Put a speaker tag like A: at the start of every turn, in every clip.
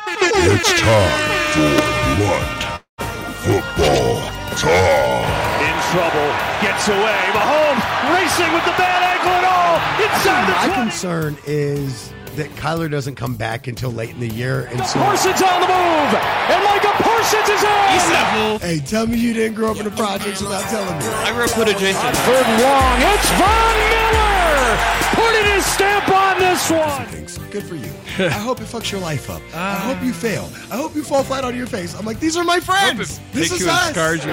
A: It's time for Blunt Football Talk.
B: in trouble, gets away. Mahomes racing with the bad ankle and all inside the
C: My
B: 20.
C: concern is that Kyler doesn't come back until late in the year. And so,
B: Parsons on the move, and Micah Parsons is in.
C: hey, tell me you didn't grow up in the projects without telling me.
D: I grew up with adjacent.
B: Third and long, it's Von Miller putting his stamp on this one.
C: Thanks. Good for you. I hope it fucks your life up. I hope you fail. I hope you fall flat on your face. I'm like, these are my friends. This is us.
B: Good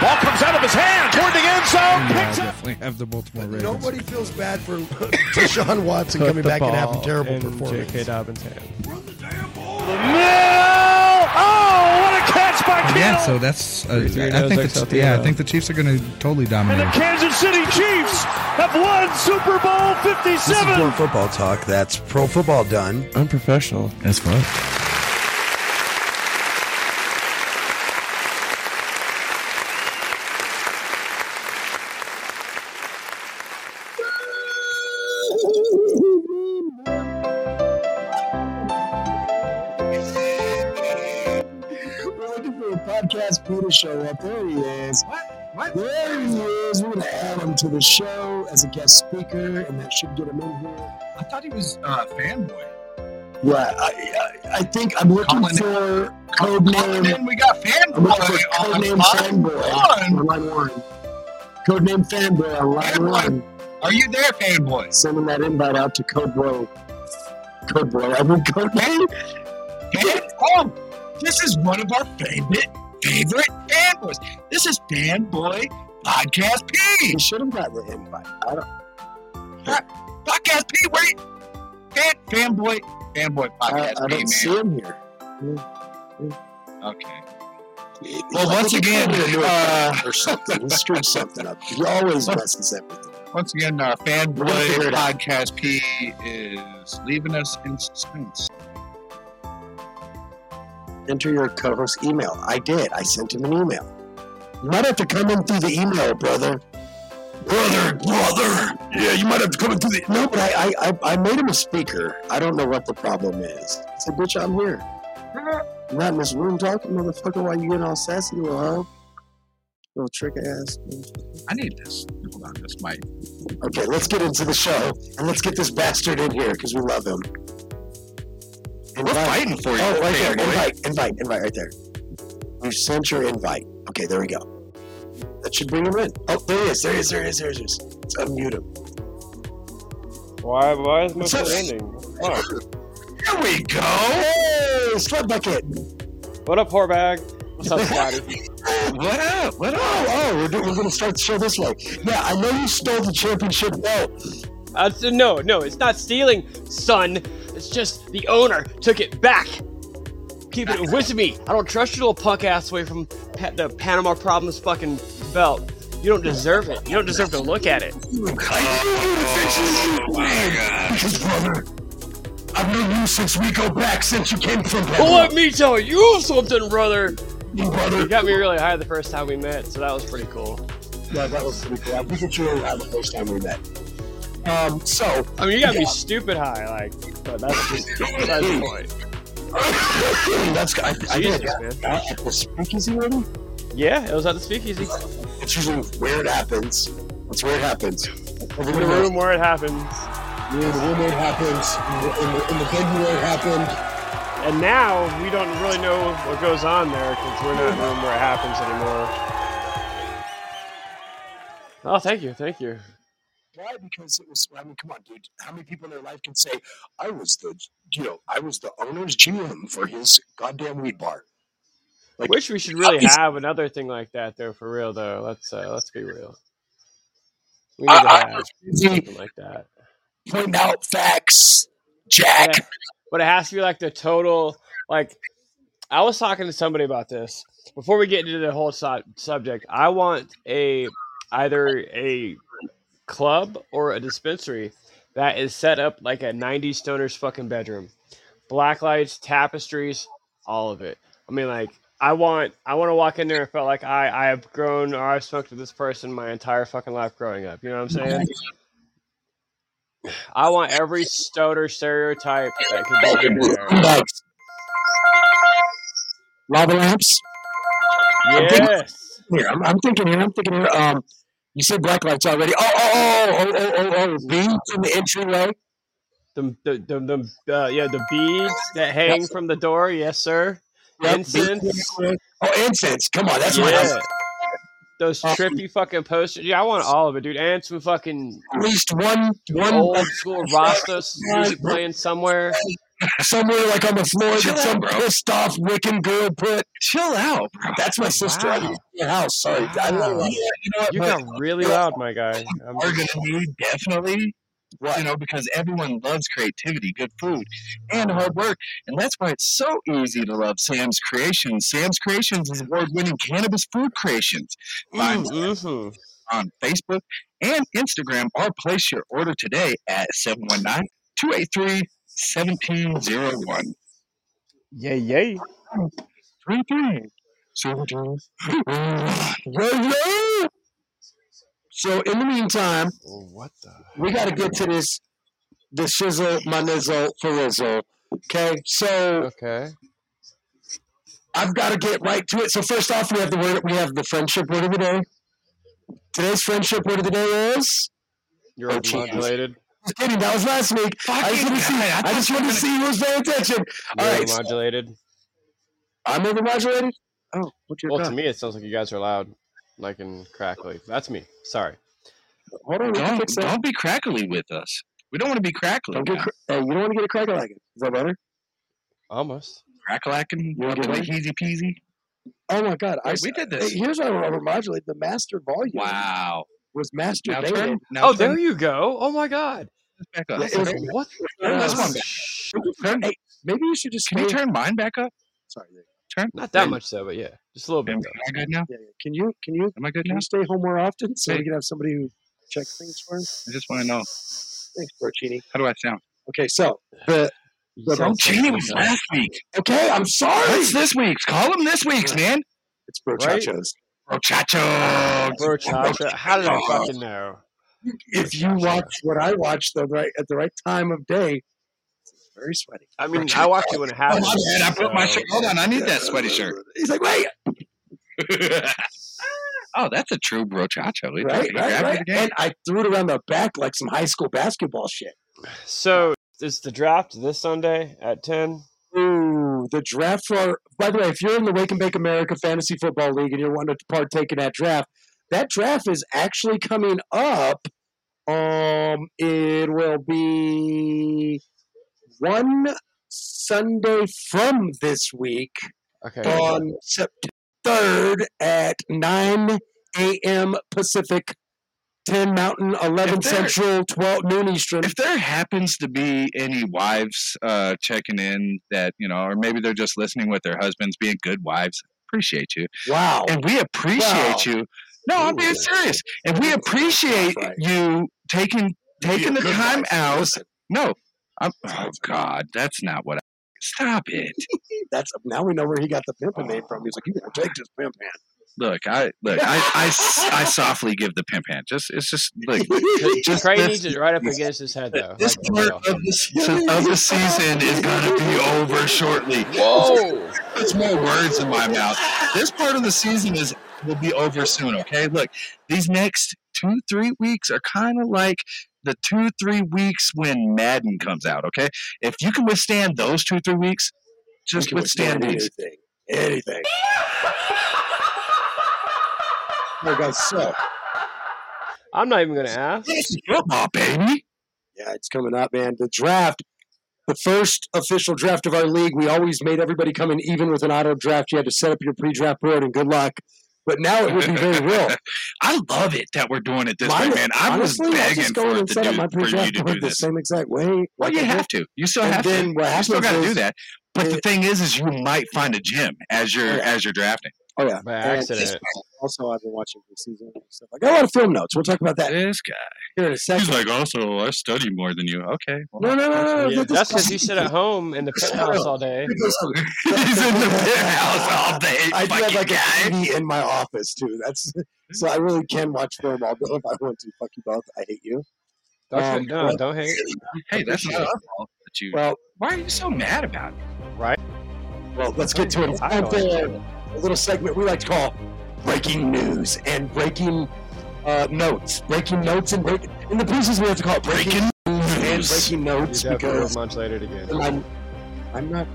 B: ball comes out of his hand toward the end zone. Picks up.
E: definitely have the Baltimore Ravens.
C: Nobody feels bad for Deshaun Watson coming back and having terrible performance.
E: Dobbins' hand.
B: Mill. Oh, what a catch by Kittle.
E: Yeah, so that's. Uh, I think the, yeah, I think the Chiefs are going to totally
B: and the
E: dominate.
B: Kansas City Chiefs have won Super Bowl 57.
C: This is Pro Football Talk. That's Pro Football Done.
F: unprofessional.
E: That's fun.
G: We're looking for a podcast Peter show up. There he is. What? What? There he is. We're gonna add him to the show as a guest speaker, and that should get him in here.
H: I thought he was uh, fanboy.
G: Yeah, I, I, I think I'm looking
H: Colin-
G: for code name.
H: Then we got
G: I'm
H: fanboy
G: looking for code
H: on
G: name
H: line
G: fanboy
H: one.
G: on line one. Code name fanboy on line
H: Fanboy.
G: one.
H: Are you there, fanboy?
G: Sending that invite out to code bro. Code bro. I mean code name.
H: Fan- oh, this is one of our favorite favorite fanboys. This is fanboy podcast P. Uh,
G: You should have gotten the invite. I don't.
H: Podcast P. Where you? Fan, fanboy fanboy
G: I,
H: podcast
G: I
H: P. Man.
G: don't see him here.
H: Okay.
G: Well,
H: once again, uh,
G: or something. He screwed something up. He always messes everything.
H: Once again, uh, fanboy
G: We'll figure it out.
H: podcast P is leaving us in suspense.
G: Enter your co-host email. I did. I sent him an email. You might have to come in through the email, brother. Brother, brother. Yeah, you might have to come in through the. No, but I, I, I, I made him a speaker. I don't know what the problem is. I said, bitch, I'm here. I'm not in this room talking, motherfucker. Why you getting all sassy, little hoe? Little trick ass.
H: I need this. Hold on, this mic.
G: Okay, let's get into the show and let's get this bastard in here because we love him.
H: We're
G: Invite.
H: fighting for you,
G: Oh, right there.
H: fanboy.
G: Invite, invite, invite right there. You sent your invite. Okay, there we go. That should bring him in. Oh, there he is. There he is. There he is. There he is. Let's unmute him.
I: Why, why is my
G: So-
I: phone ending? Huh.
G: Here we go. Hey, Sled Bucket.
I: What up, whorebag? What's up, Scotty?
H: What up? What
G: Oh,
H: up?
G: oh, we're, do- we're going to start the show this way. Yeah, I know you stole the championship belt.
I: I said, Uh, no, no, it's not stealing, son. It's just the owner took it back. Keep it with me. I don't trust your little punk ass away from pa- the Panama Problems fucking belt. You don't deserve it. You don't deserve to look at it.
G: I knew you'd eventually win. Because, brother, I've known you since we go back, since you came from
I: Well, let me tell you something, brother.
G: brother.
I: You got me really high the first time we met, so that was pretty cool.
G: Yeah, that was pretty cool. I think it's really loud the first time we met. Um, so
I: I mean, you got me stupid high, like, but that's just beside the point.
G: that's I, I did.
I: Jesus, man.
G: Uh, At the speakeasy room,
I: Yeah, it was at the speakeasy.
G: it's usually where it happens. That's where it happens. Over
I: In the room where it happens.
G: in the room where it happens. In the, in the big room where it happened.
I: And now we don't really know what goes on there because we're not in the room where it happens anymore. Oh, thank you, thank you.
G: Why? Because it was. I mean, come on, dude. How many people in their life can say, "I was the, you know, I was the owner's GM for his goddamn weed bar." Like,
I: Wish we should really have another thing like that, though. For real, though, let's uh, let's be real. We need
G: I-
I: to
G: I
I: have something like that.
G: point out facts, Jack.
I: Yeah. but it has to be like the total like i was talking to somebody about this before we get into the whole so- subject i want a either a club or a dispensary that is set up like a 90s stoner's fucking bedroom black lights tapestries all of it i mean like i want i want to walk in there and feel like i i have grown or i've smoked with this person my entire fucking life growing up you know what i'm saying uh, I want every stoner stereotype that could be out there.
G: Like,
C: lava lamps.
I: Yes.
C: Here, I'm, I'm thinking here. I'm thinking here. Um, you said black lights already. Oh, oh, oh, oh, oh, oh, oh. Leads in the entryway.
I: Them, the, them, them, uh, yeah, the beads that hang from the door. Yes, sir.
C: Yep, leads in the
I: Incense.
C: entryway. Oh, incense. Come on, that's what I
I: Yeah.
C: was-
I: Those trippy fucking posters. Yeah, I want all of it, dude. And some fucking
C: at least one, one
I: old school Rasta music playing somewhere.
C: somewhere like on the floor
G: Chill
C: that some pissed off Wiccan girl put.
G: Chill out, bro.
C: That's my sister. I live in your house. Sorry, I
I: Wow.
C: love her.
I: You got really loud, my guy. I'm
G: We're gonna need definitely,
C: What?
G: you know, because everyone loves creativity, good food, and hard work, and that's why it's so easy to love Sam's Creations. Sam's Creations is award-winning cannabis food creations. Find
I: Mhm.
G: on Facebook and Instagram or place your order today at 719-283-1701.
I: Yeah, yeah.
G: Three, three. So, do- Yo,
C: So in the meantime,
I: What the?
C: we got to get to this, the shizzle, my nizzle, for rizzle. Okay, so
I: Okay.
C: I've got to get right to it. So first off, we have the word, we have the friendship word of the day. Today's friendship word of the day is.
I: You're
C: Oh, geez.
I: modulated.
C: Just kidding, that was last week. I just want to see. I, just want to see who was paying attention. All
I: You're
C: right,
I: modulated.
C: I'm overmodulated. Oh, what's your
I: Well, to
C: well,
I: me, it sounds like you guys are loud, like and crackly. That's me. Sorry.
C: Hold on, we can
G: don't,
C: fix that.
G: don't be crackly with us. We don't want to be crackly.
C: Don't get
G: now.
C: cra- hey, you don't want to get a crack like it. Is that better?
I: Almost.
G: Crack-lacking,
C: You wanna get
G: like
C: one?
G: heezy peasy.
C: Oh my God! I,
G: Wait,
C: s-
G: we did
C: hey,
G: this.
C: here's what I want to overmodulate. The master volume
G: Wow.
C: was
G: Now
C: masturbated.
G: turn, now
I: Oh,
G: turn
I: there you go. Oh my God.
G: this back
C: Yeah,
G: up.
C: it was-
I: What?
C: Yeah,
G: That's
C: it's-
G: one. Turn-
C: Hey, maybe you should just.
G: Can you
C: stay-
G: turn mine back up?
C: Sorry. Nick.
G: Turn.
I: Not that
G: Am-
I: much though, but yeah, just a little bit.
G: Am
I: Though.
G: I good now?
C: Yeah, yeah. Can you? Can you?
G: Am I good
C: Can
G: now?
C: you stay home more often so
G: Hey.
C: we can have somebody who checks things for us?
G: I just want to know
C: Thanks, Porcini.
G: how do I sound?
C: Okay, so the
I: You
C: But
I: sound
C: I'm
I: sexy
G: Genie was
I: yourself.
G: last week.
C: okay. I'm sorry.
G: It's this week's. Call him this week's, man.
C: It's brochachos.
G: Brochacho.
I: Bro, Chacha, how did I fucking know?
C: If you watch what I watch the right at the right time of day, it's very sweaty.
I: I mean, I watched it when it
G: Oh,
I: happened.
G: my bad. I put my
I: so-
G: shirt. Hold on. I need that sweaty shirt.
C: He's like, wait,
G: oh, that's a true brochacho. He
C: right,
G: he
C: right,
G: grabbed it
C: right.
G: again.
C: And I threw it around the back like some high school basketball shit.
I: So it's the draft this Sunday at ten.
C: Ooh, the draft for. By the way, if you're in the Wake and Bake America Fantasy Football League and you're wanting to partake in that draft, that draft is actually coming up. Um, it will be one Sunday from this week
I: Okay.
G: Uh,
C: on September third at nine a.m. Pacific, ten Mountain, eleven
G: If there-
C: Central, twelve noon Eastern.
G: if there happens to be any wives uh, checking in that you know, or maybe they're just listening with their husbands, being good wives, appreciate you,
C: Wow.
G: and we appreciate
C: Wow.
G: you. No, I'm being
C: Ooh.
G: serious, and we appreciate
C: Right.
G: you taking taking the
C: Good
G: time
C: wife.
G: out.
C: Listen,
G: No, I'm, oh God, that's not what. I Stop it!
C: That's now we know where he got the pimping name from. He's like, you gotta take this pimp hand.
G: Look, I look, I, I, s- I softly give the pimp hand. Just it's just look. Just
I: Trey
G: this-
I: needs it right up against his head though.
G: This
I: like, for
G: part
I: real.
G: of the, season, of the season is gonna be over shortly.
I: Whoa!
G: There's more words in my mouth. This part of the season is will be over soon. Okay, look, these next two three weeks are kind of like the two three weeks when Madden comes out. Okay, if you can withstand those two three weeks, just withstand these.
C: anything. Anything. oh god, so
I: I'm not even gonna ask.
G: This is football, baby.
C: yeah, it's coming up, man. The draft, the first official draft of our league. We always made everybody come in even with an auto draft. You had to set up your pre-draft board and good luck. But now it would be very real.
G: I love it that we're doing it this
C: Mine-
G: way, man. I
C: Honestly,
G: was
C: I'll
G: begging
C: just go
G: for,
C: in
G: it
C: and
G: to
C: set up
G: do,
C: my
G: for you
C: pre-draft
G: to
C: board
G: do
C: the
G: this.
C: same exact way.
G: Well,
C: like
G: you
C: I did.
G: have to. You still
C: and
G: have
C: then
G: to.
C: what
G: You
C: happens
G: still got to
C: is-
G: do that. But the
C: it-
G: thing is, is you might find a gym as you're
C: Yeah.
G: as you're drafting.
C: Oh yeah,
I: By
C: And
I: accident.
C: Also, I've been watching preseason and stuff. I got a lot of film notes. We'll talk about that
G: This guy.
C: here in a second.
G: He's like, also, I study more than you. Okay.
C: No, no, no,
G: uh,
C: no. no.
I: Yeah,
C: get this
I: that's because
C: guy.
I: you sit at home in the penthouse all day.
C: Get this guy.
G: He's in the penthouse all day.
C: I do have
G: fucking
C: like a
G: guy.
C: TV in my office too. That's so I really can watch film all day if I want to. Fuck you both. I hate you.
I: Don't
C: Um,
I: you, no, don't hate.
G: Hey, that's not our fault. That you.
C: Well,
G: Why are you so mad about it?
I: Right?
C: Well, let's get to it. Time for a little segment we like to call breaking news and breaking uh, notes. Breaking notes and breaking. In the pieces, we have to call it breaking news and breaking notes
I: Definitely a
C: because
I: month later again.
C: I'm, I'm not.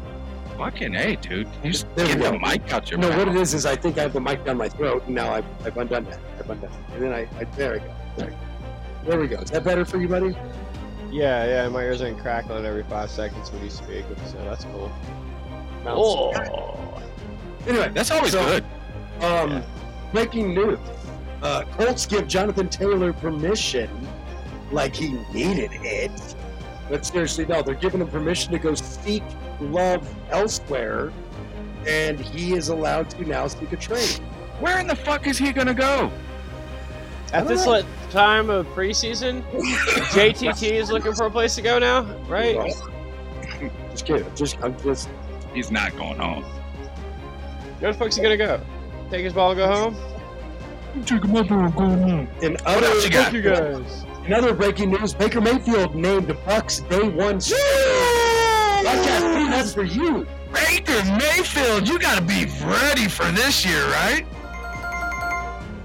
G: Fucking A, dude. You just
C: There we
G: get the
C: go.
G: mic out your
C: No,
G: mouth.
C: what it is is I think I have the mic down my throat, and now I've, I've undone that. I've undone that. And then I, I there we go. There, there we go. Is that better for you, buddy?
I: Yeah, yeah, my ears ain't crackling every five seconds when you speak, so that's cool.
C: No. Anyway,
G: That's always
C: So-
G: good.
C: um, breaking news: uh, Colts give Jonathan Taylor permission, like he needed it. But seriously, no, they're giving him permission to go seek love elsewhere, and he is allowed to now seek a trade.
G: Where in the fuck is he gonna go?
I: At this like, time of preseason, JTT is looking for a place to go now, right?
C: Just kidding. I'm Just I'm just
G: He's not going home.
I: Where the fuck's he gonna go? Take his ball and go home?
C: in other
G: else you got?
I: Fuck you guys.
C: in other breaking news: Baker Mayfield named the Bucks day one. Podcast team. that's for you.
G: Baker Mayfield, you gotta be ready for this year, right?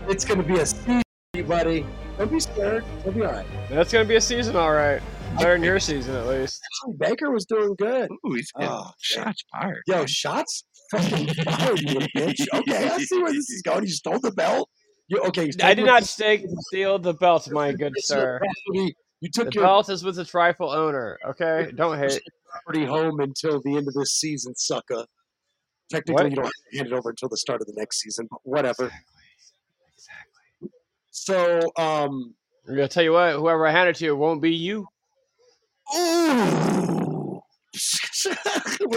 C: It's going to be a season, buddy. Don't be scared. We'll be all right.
I: That's gonna be a season, all right. Better than your season, at least.
C: Actually, Baker was doing good.
G: Ooh, he's getting
C: Oh,
G: shots fired.
C: Yo, shots fucking fired, you bitch. Okay, I see where this is going. You stole the belt. You okay? You
I: I
C: stole
I: did
C: your-
I: not stake steal the belt, my good sir.
C: Property, you
I: The
C: took your
I: belt is with the trifle owner, okay? Don't hate.
C: property home until the end of this season, sucker. Technically,
I: What?
C: you don't have to hand it over until the start of the next season, but whatever. So, um,
I: I'm gonna tell you what, whoever I hand it to won't be you.
C: ooh. well,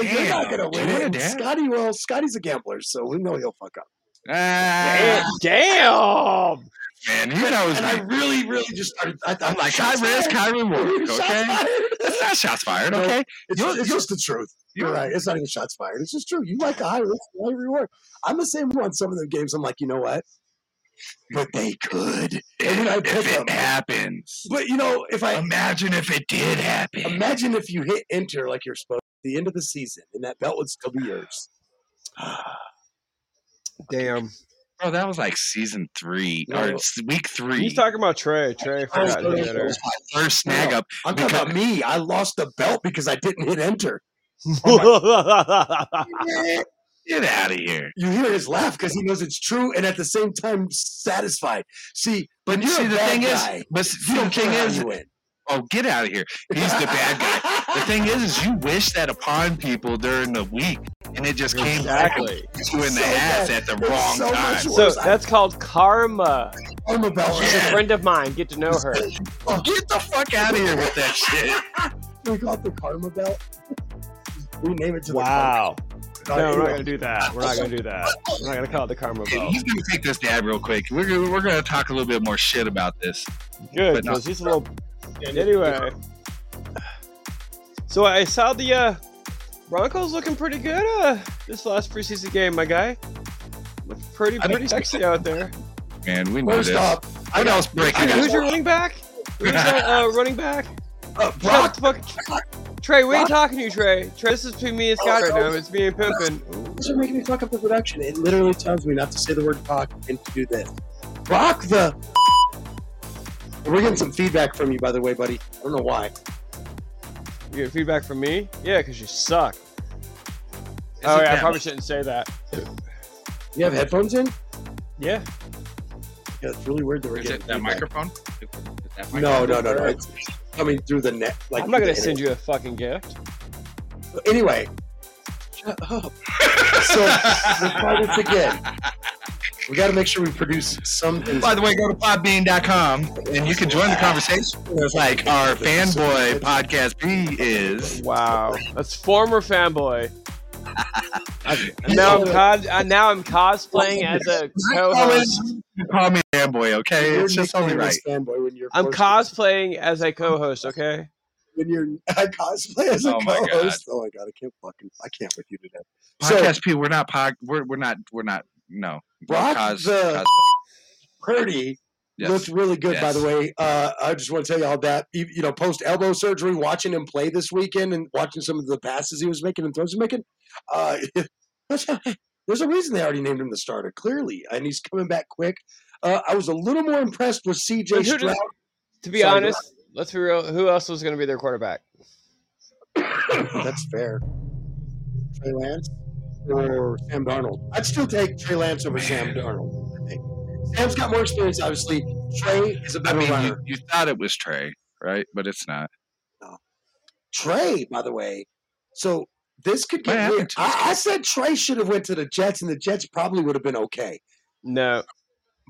C: you're not gonna win
G: Damn,
C: it.
G: dude.
C: Scotty, well, Scotty's a gambler, so we know he'll fuck up.
G: Ah,
I: Damn! damn!
G: man, he knows.
C: And I
G: me.
C: really, really just started. I, I,
G: I'm like high
C: shots
G: risk,
C: fired.
G: high reward.
C: Shots
G: Okay,
C: fired.
G: that's not shots fired.
C: No.
G: Okay,
C: It's,
G: You'll-
C: it's
G: you'll-
C: just the truth. You're
G: you're
C: right. It's not even shots fired. It's just true. You like a high risk, high reward. I'm the same way on some of the games. I'm like, you know what? But they could. And then I pick
G: if
C: them.
G: it happens,
C: But you know, if I
G: imagine if it did happen.
C: imagine if you hit enter like you're supposed to at the end of the season, and that belt would still be yours.
I: Damn.
G: Bro, that was like season three
C: No.
G: or s- week three.
I: He's talking about Trey. Trey forgot to hit her.
G: First snag up.
C: I'm talking
G: Because-
C: about me. I lost the belt because I didn't hit enter.
G: Get out of here.
C: You hear his laugh because he knows it's true, and at the same time satisfied. See,
G: But
C: when you're
G: see,
C: a
G: the
C: bad
G: thing
C: guy,
G: is, but see, the thing
C: care how
G: is,
C: you win.
G: oh, get out of here. He's the bad guy. The thing is, is you wish that upon people during the week, and it just came back to
I: Exactly.
G: you in the
C: So
G: ass
C: bad.
G: at the
C: It's
G: wrong
C: so
G: time.
C: much
I: So
C: worse.
I: that's called karma.
C: I'm a bell.
I: She's a friend of mine. Get to know her.
G: Oh, get the fuck out of here with that shit.
C: We call it the karma belt. We name it to the
I: No,
C: karma
I: we're
C: belt.
I: not gonna do that. We're not gonna do that. We're not gonna call it the karma belt.
G: He's gonna take this dad real quick. We're gonna, we're gonna talk a little bit more shit about this.
I: Good,
G: But no.
I: because he's a little. Anyway, so I saw the uh, Broncos looking pretty good uh, this last preseason game, my guy. Looked pretty
G: I
I: pretty sexy out there.
G: Man, we know
C: First
G: this.
C: off,
G: What else breaking
I: Who's
G: news?
I: your running back? Who's that uh, running back?
C: uh,
I: Trey, what
C: Brock,
I: the fuck? Trey, we ain't talking to you, Trey. Trey, this is between me and Scott right now. It's me and Pimpin.
C: you're making me fuck up the production. It literally tells me not to say the word Brock and to do this. Brock the. We're getting some feedback from you, by the way, buddy. I don't know why.
I: You get feedback from me? Yeah, because you suck.
G: Is
I: Oh,
G: it
I: yeah, I
G: that
I: probably shouldn't say that.
C: You have headphones in?
I: Yeah.
C: Yeah, it's really weird that we're
G: Is
C: getting
G: it that
C: feedback.
G: microphone?
C: No, no, no, no. It's coming through the net. Like
I: I'm not going to send you a fucking gift.
C: Anyway, shut up. so we're fighting it again. We got to make sure we produce something.
G: By the way, go to podbean.com and you can join the conversation. It's like our fanboy podcast B is.
I: Wow, that's former fanboy. And now I'm cos- uh, now I'm cosplaying as a co-host.
G: You Call me fanboy, okay?
C: You're
G: It's just only
C: nicknamed
G: right.
C: as fanboy when you're
I: I'm
C: forced-
I: cosplaying as a co-host. Okay,
C: when you're I cosplay as a
G: Oh my God.
C: co-host. Oh my god, I can't fucking I can't with you today. So
G: Podcast P, we're not pod. We're we're not we're not. No,
C: Brock
G: Cos-
C: the-
G: cos-
C: Purdy
G: Yes.
C: looked really good, by
G: Yes.
C: the way. Uh, I just want to tell you all that you, you know, post elbow surgery, watching him play this weekend and watching some of the passes he was making and throws he was making. Uh, there's a reason they already named him the starter, clearly, and he's coming back quick. Uh, I was a little more impressed with
I: But
C: C.J.
I: who
C: Stroud.
I: does- To be
C: Sorry,
I: honest, let's be real. Who else was going to be their quarterback?
C: That's fair. Trey Lance or Sam Darnold? I'd still take Trey Lance over Sam Darnold. I think. Sam's got more experience, obviously. Trey is a
G: I
C: better
G: mean, you,
C: runner.
G: you thought it was Trey, right? But it's not.
C: Trey, by the way. So this could
G: What
C: get
G: happened
C: weird.
G: to his
C: I, I said Trey should have went to the Jets, and the Jets probably would have been okay.
I: No,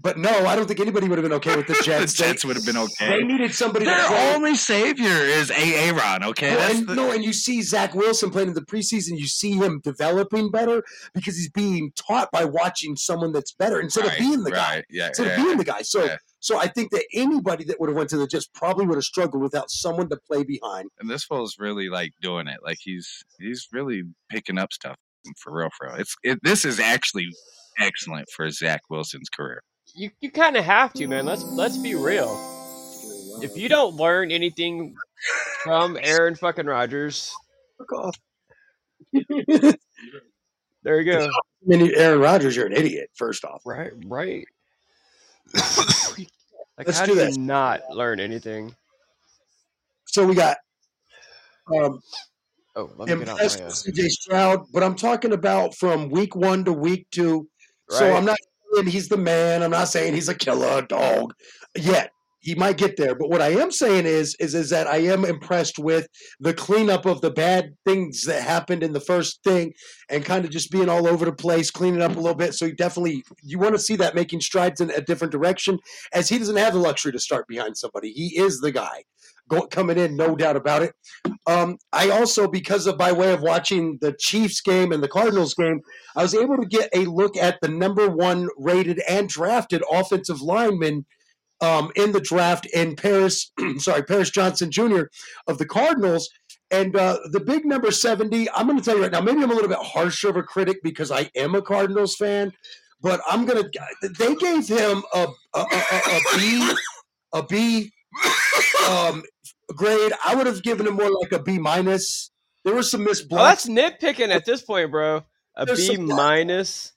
C: But no, I don't think anybody would have been okay with the
G: The
C: Jets. They-
G: Jets would have been
C: They
G: okay.
C: needed somebody to
G: Their
C: play.
G: only savior is A. Aaron. Okay,
C: Well,
G: that's
C: and,
G: the,
C: no, and you see Zach Wilson playing in the preseason. You see him developing better because he's being taught by watching someone that's better instead
G: right,
C: of being the guy.
G: right, Yeah,
C: Instead
G: yeah.
C: of being the guy. So,
G: yeah.
C: so I think that anybody that would have went to the Jets probably would have struggled without someone to play behind.
G: and this fool's really like doing it. Like he's he's really picking up stuff mm, for real, for real. It's it, this is actually excellent for Zach Wilson's career.
I: you, you kind of have to, man. Let's let's be real. If you don't learn anything from Aaron fucking Rodgers,
C: Fuck off.
I: there you go.
C: I mean, Aaron Rodgers, you're an idiot. First off,
I: Right, right. like,
C: Let's
I: how
C: do
I: do
C: this.
I: you not learn anything?
C: so we got um,
I: Oh, let me get out my.
C: impressed
I: Uh,
C: with CJ Stroud, but I'm talking about from week one to week two. So
I: Right.
C: I'm not saying he's the man. I'm not saying he's a killer dog yet. He might get there, but what I am saying is, is, is that I am impressed with the cleanup of the bad things that happened in the first thing, and kind of just being all over the place, cleaning up a little bit. So you definitely you want to see that making strides in a different direction, as he doesn't have the luxury to start behind somebody. He is the guy go, coming in, no doubt about it. Um, I also, because of by way of watching the Chiefs game and the Cardinals game. I was able to get a look at the number one rated and drafted offensive lineman um, in the draft in Paris, sorry, Paris Johnson Jr. of the Cardinals. And uh, the big number 70, I'm going to tell you right now, maybe I'm a little bit harsh of a critic because I am a Cardinals fan, but I'm going to, they gave him a, a, a, a, a B, a B um, grade. I would have given him more like a B minus. There were some missed
I: oh,
C: blocks.
I: that's nitpicking at this point, bro. A
C: There's
I: B
C: some black-
I: minus.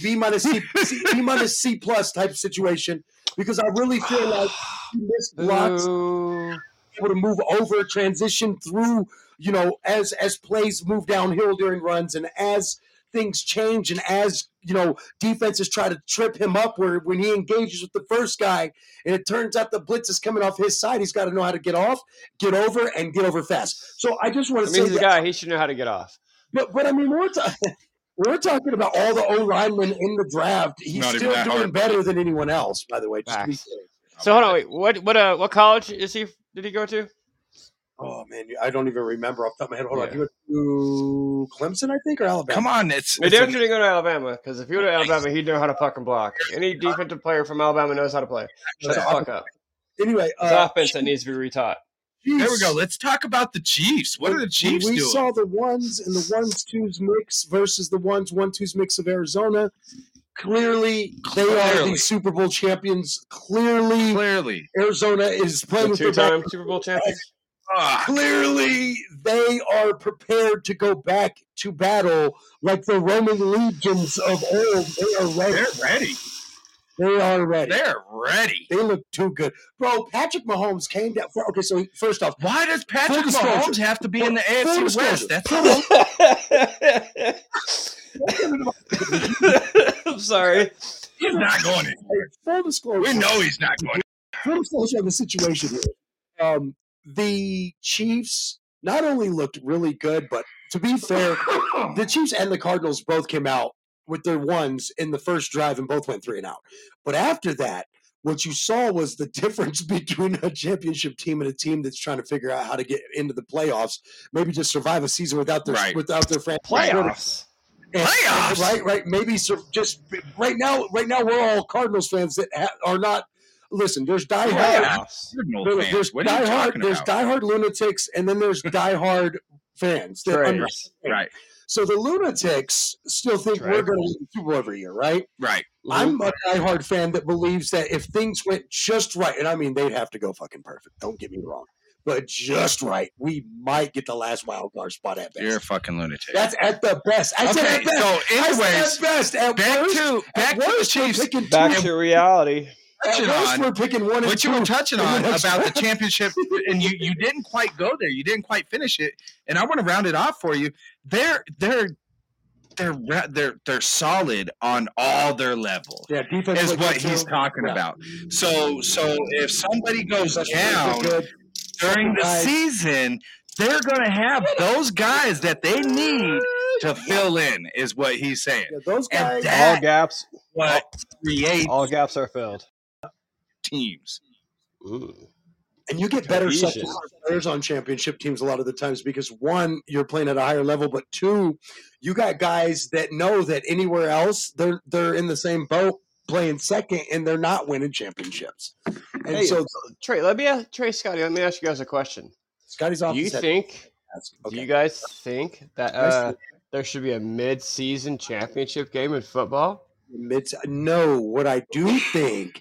C: B minus C, C B minus C plus type situation because I really feel like he missed blocks,
I: Ooh.
C: able to move over, transition through, you know, as as plays move downhill during runs and as things change and as you know defenses try to trip him up where when he engages with the first guy and it turns out the blitz is coming off his side he's got to know how to get off get over and get over fast so i just want to
I: I mean,
C: say
I: he's a
C: that
I: guy. He should know how to get off.
C: but but I mean, we're ta- we're talking about all the O linemen in the draft. He's
G: Not even
C: still
G: that
C: doing
G: hard.
C: better than anyone else, by the way. Just to be
I: Facts.
C: clear.
I: So hold on, wait. What what uh what college is he? Did he go to?
C: Oh man, you- I don't even remember off the top of my head. Hold on,
I: Yeah.
C: he went to Clemson, I think, or Alabama.
G: Come on, it's,
I: He
G: it's a-
I: definitely didn't go to Alabama because if he went to Alabama, he'd know how to fucking block. Any defensive player from Alabama knows how to play. Shut the
C: It's
I: fuck up.
C: Anyway,
I: It's
C: uh,
I: offense that needs to be retaught.
G: there we
C: Chiefs.
G: go. Let's talk about the Chiefs. What are the
C: When
G: Chiefs
C: We
G: doing?
C: saw the ones and the ones twos mix versus the ones one twos mix of Arizona. Clearly, they are
G: Clearly.
C: the Super Bowl champions. Clearly,
G: Clearly,
C: Arizona is playing
I: The
C: with their back
I: two-time Super Bowl champions.
G: Ugh,
C: clearly they are prepared to go back to battle like the Roman legions of old. They are ready.
G: they're ready.
C: They are ready.
G: They're ready.
C: They look too good, bro. Patrick Mahomes came down. For, okay, so first off,
G: Why does Patrick
C: Full disclosure.
G: Mahomes have to be in the
C: Full
G: AFC
C: disclosure.
G: West? That's
I: I'm sorry.
G: he's not going. in.
C: full disclosure.
G: We know he's not going. in.
C: full disclosure of the situation here. Um, the Chiefs not only looked really good, but to be fair, the Chiefs and the Cardinals both came out with their ones in the first drive and both went three and out. But after that, what you saw was the difference between a championship team and a team that's trying to figure out how to get into the playoffs, maybe just survive a season without their
G: Right.
C: without their franchise quarterback.
I: Playoffs.
C: And-
G: Playoffs?
C: right? Right? Maybe sur- just right now. Right now, we're all Cardinals fans that ha- are not. Listen, there's diehard
G: Playoffs? Cardinal
C: there-
G: fans,
C: there's
G: What are you
C: diehard,
G: talking
C: there's diehard
G: about?
C: lunatics, and then there's diehard fans. that under-
I: Trays.
G: Right.
C: So the lunatics still think
I: Right.
C: we're going to win the Super Bowl every year, right?
G: Right.
C: I'm a diehard fan that believes that if things went just right, and I mean they'd have to go fucking perfect. Don't get me wrong, but just right, we might get the last wild card spot at best.
G: You're a fucking lunatic.
C: That's at the best. I said
G: okay,
C: at best.
G: so
C: I said
G: anyways,
C: at best. At
G: back
C: worst,
G: to back
C: at
G: to the
C: worst, we're
G: Chiefs.
C: picking
I: Back
C: two.
I: to reality.
C: at
G: touching
C: worst,
G: on-
C: we're picking one and
G: What you
C: two.
G: were touching
C: in the
G: on
C: next
G: about the
C: round.
G: championship, and you, you didn't quite go there. You didn't quite finish it, and I want to round it off for you. They're they're they're ra- they're they're solid on all their levels.
C: Yeah, defense
G: Is
C: looked
G: what
C: good,
G: he's
C: too.
G: talking
C: Yeah.
G: about. So so if somebody goes
C: Defense
G: down
C: looked good.
G: during the
C: Guys.
G: season, they're gonna have those guys that they need to fill in. Is what he's saying.
C: Yeah, those
G: And
C: guys.
I: All
G: that
I: gaps.
G: what creates
I: All gaps are filled.
G: teams.
C: And you get better
I: Cohesion.
C: second players on championship teams a lot of the times because one, you're playing at a higher level, but two, you got guys that know that anywhere else they're they're in the same boat playing second and they're not winning championships. And
I: Hey.
C: so
I: Trey, let me ask, Trey Scotty. Let me ask you guys a question.
C: Scotty's off
I: Do you
C: his head.
I: think?
C: That's-
I: Do you
C: okay.
I: guys think that
C: I see.
I: uh, there should be a mid-season championship game in football?
C: Mid- no, what I do think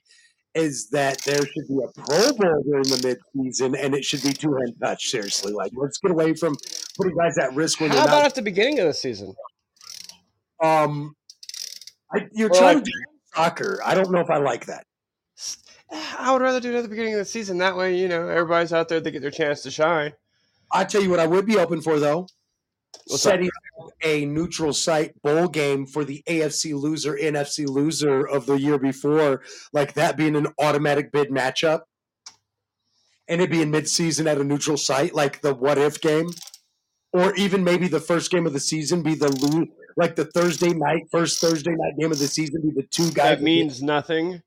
C: is that there should be a Pro Bowl during the midseason and it should be two hand touch. Seriously, like let's get away from putting guys at risk when
I: How
C: they're
I: about
C: not.
I: at the beginning of the season?
C: Um, I, you're
I: Well,
C: trying
I: like-
C: to do soccer. I don't know if I like that.
I: S- I would rather do it at the beginning of the season. That way, you know, everybody's out there to get their chance to shine.
C: I tell you what, I would be open for though.
I: What's that?
C: setting up a neutral site bowl game for the AFC loser, NFC loser of the year before, like that being an automatic bid matchup, and it being midseason at a neutral site, like the what if game, or even maybe the first game of the season be the lo- like the Thursday night first Thursday night game of the season be the two guys.
I: That means nothing.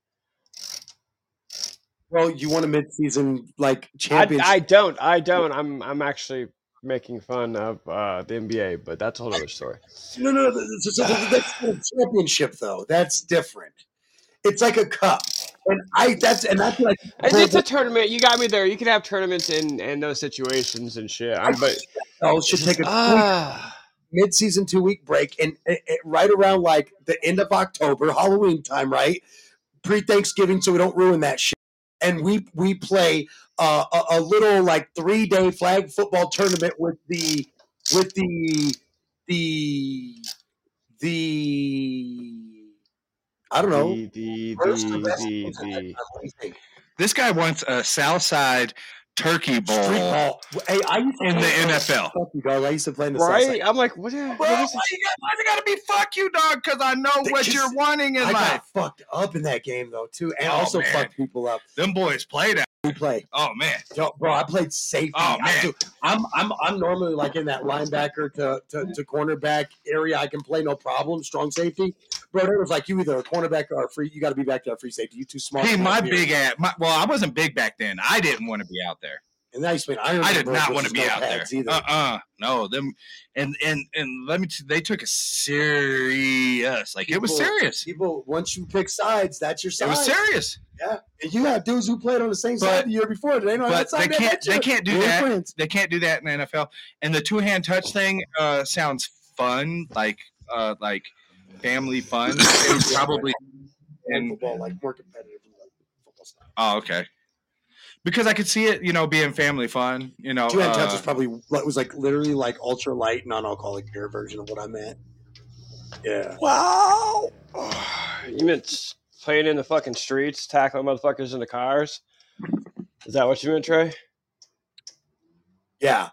C: well, you want a midseason like
I: I,
C: championship.
I: I don't. I don't. I'm. I'm actually making fun of uh, the NBA, but that's a whole other story.
C: No, no, no. That's, that's- that's not a championship, though. That's different. It's like a cup, and I that's and that's like
I: It's, it's a tournament. You got me there. You can have tournaments in and those situations and shit. I'm, but
C: NFL should take a
I: ah,
C: mid-season two-week break, and it, it- right around like the end of October, Halloween time, right pre-Thanksgiving, so we don't ruin that shit. And we we play uh, a, a little like three-day flag football tournament with the with the the the I don't know.
I: the the
C: Where's the
I: the
C: rest
I: the,
C: of the-
I: the
C: What do you think?
G: This guy wants a Southside Turkey Bowl
C: Street ball. Hey, I used to
G: in the
C: play-
G: NFL.
C: Fuck you, dog. I used to play in the South
I: right.
C: Side.
I: I'm like, what? the-
G: Bro, why
I: what is it?
G: you got- why they gotta be fuck you, dog? Because I know
C: They
G: what
C: just-
G: you're wanting in
C: I
G: life.
C: got fucked up in that game though too, and
G: Oh,
C: also
G: man.
C: fucked people up.
G: Them boys play that.
C: We play,
G: Oh man,
C: Yo, bro. I played safety.
G: Oh,
C: I
G: man.
C: am I'm I'm normally like in that linebacker to, to to cornerback area. I can play no problem. Strong safety, bro. It was like you either a cornerback or a free. You got to be back to a free safety. You too small.
G: hey,
C: for
G: my
C: that here.
G: big ass. My, well, I wasn't big back then. I didn't want to be out there.
C: And that used to be an Iron
G: I
C: Man,
G: did
C: bro,
G: not
C: with
G: want to
C: his
G: be
C: no
G: out there.
C: pads either.
G: Uh, uh no. Them and and and let me. T- they took it serious. Like it was
C: People-
G: serious.
C: People, once you pick sides, that's your side.
G: It was serious.
C: Yeah, and you got dudes who played on the same
G: But-
C: side the year before. They don't have
G: But
C: that
G: they
C: side.
G: can't.
C: that
G: They
C: year.
G: can't do
C: We're
G: that.
C: friends.
G: They can't do that in the NFL. And the two hand touch thing uh, sounds fun, like uh, like family fun. It was probably
C: And
G: and
C: football, like more competitive. than, like, football style.
G: oh okay, because I could see it, you know, being family fun. You know,
C: Two hand
G: uh,
C: touch was probably like was like literally like ultra light, non alcoholic beer version of what I meant. Yeah,
I: Wow. You meant s- playing in the fucking streets, tackling motherfuckers in the cars? Is that what you meant, Trey?
C: yeah.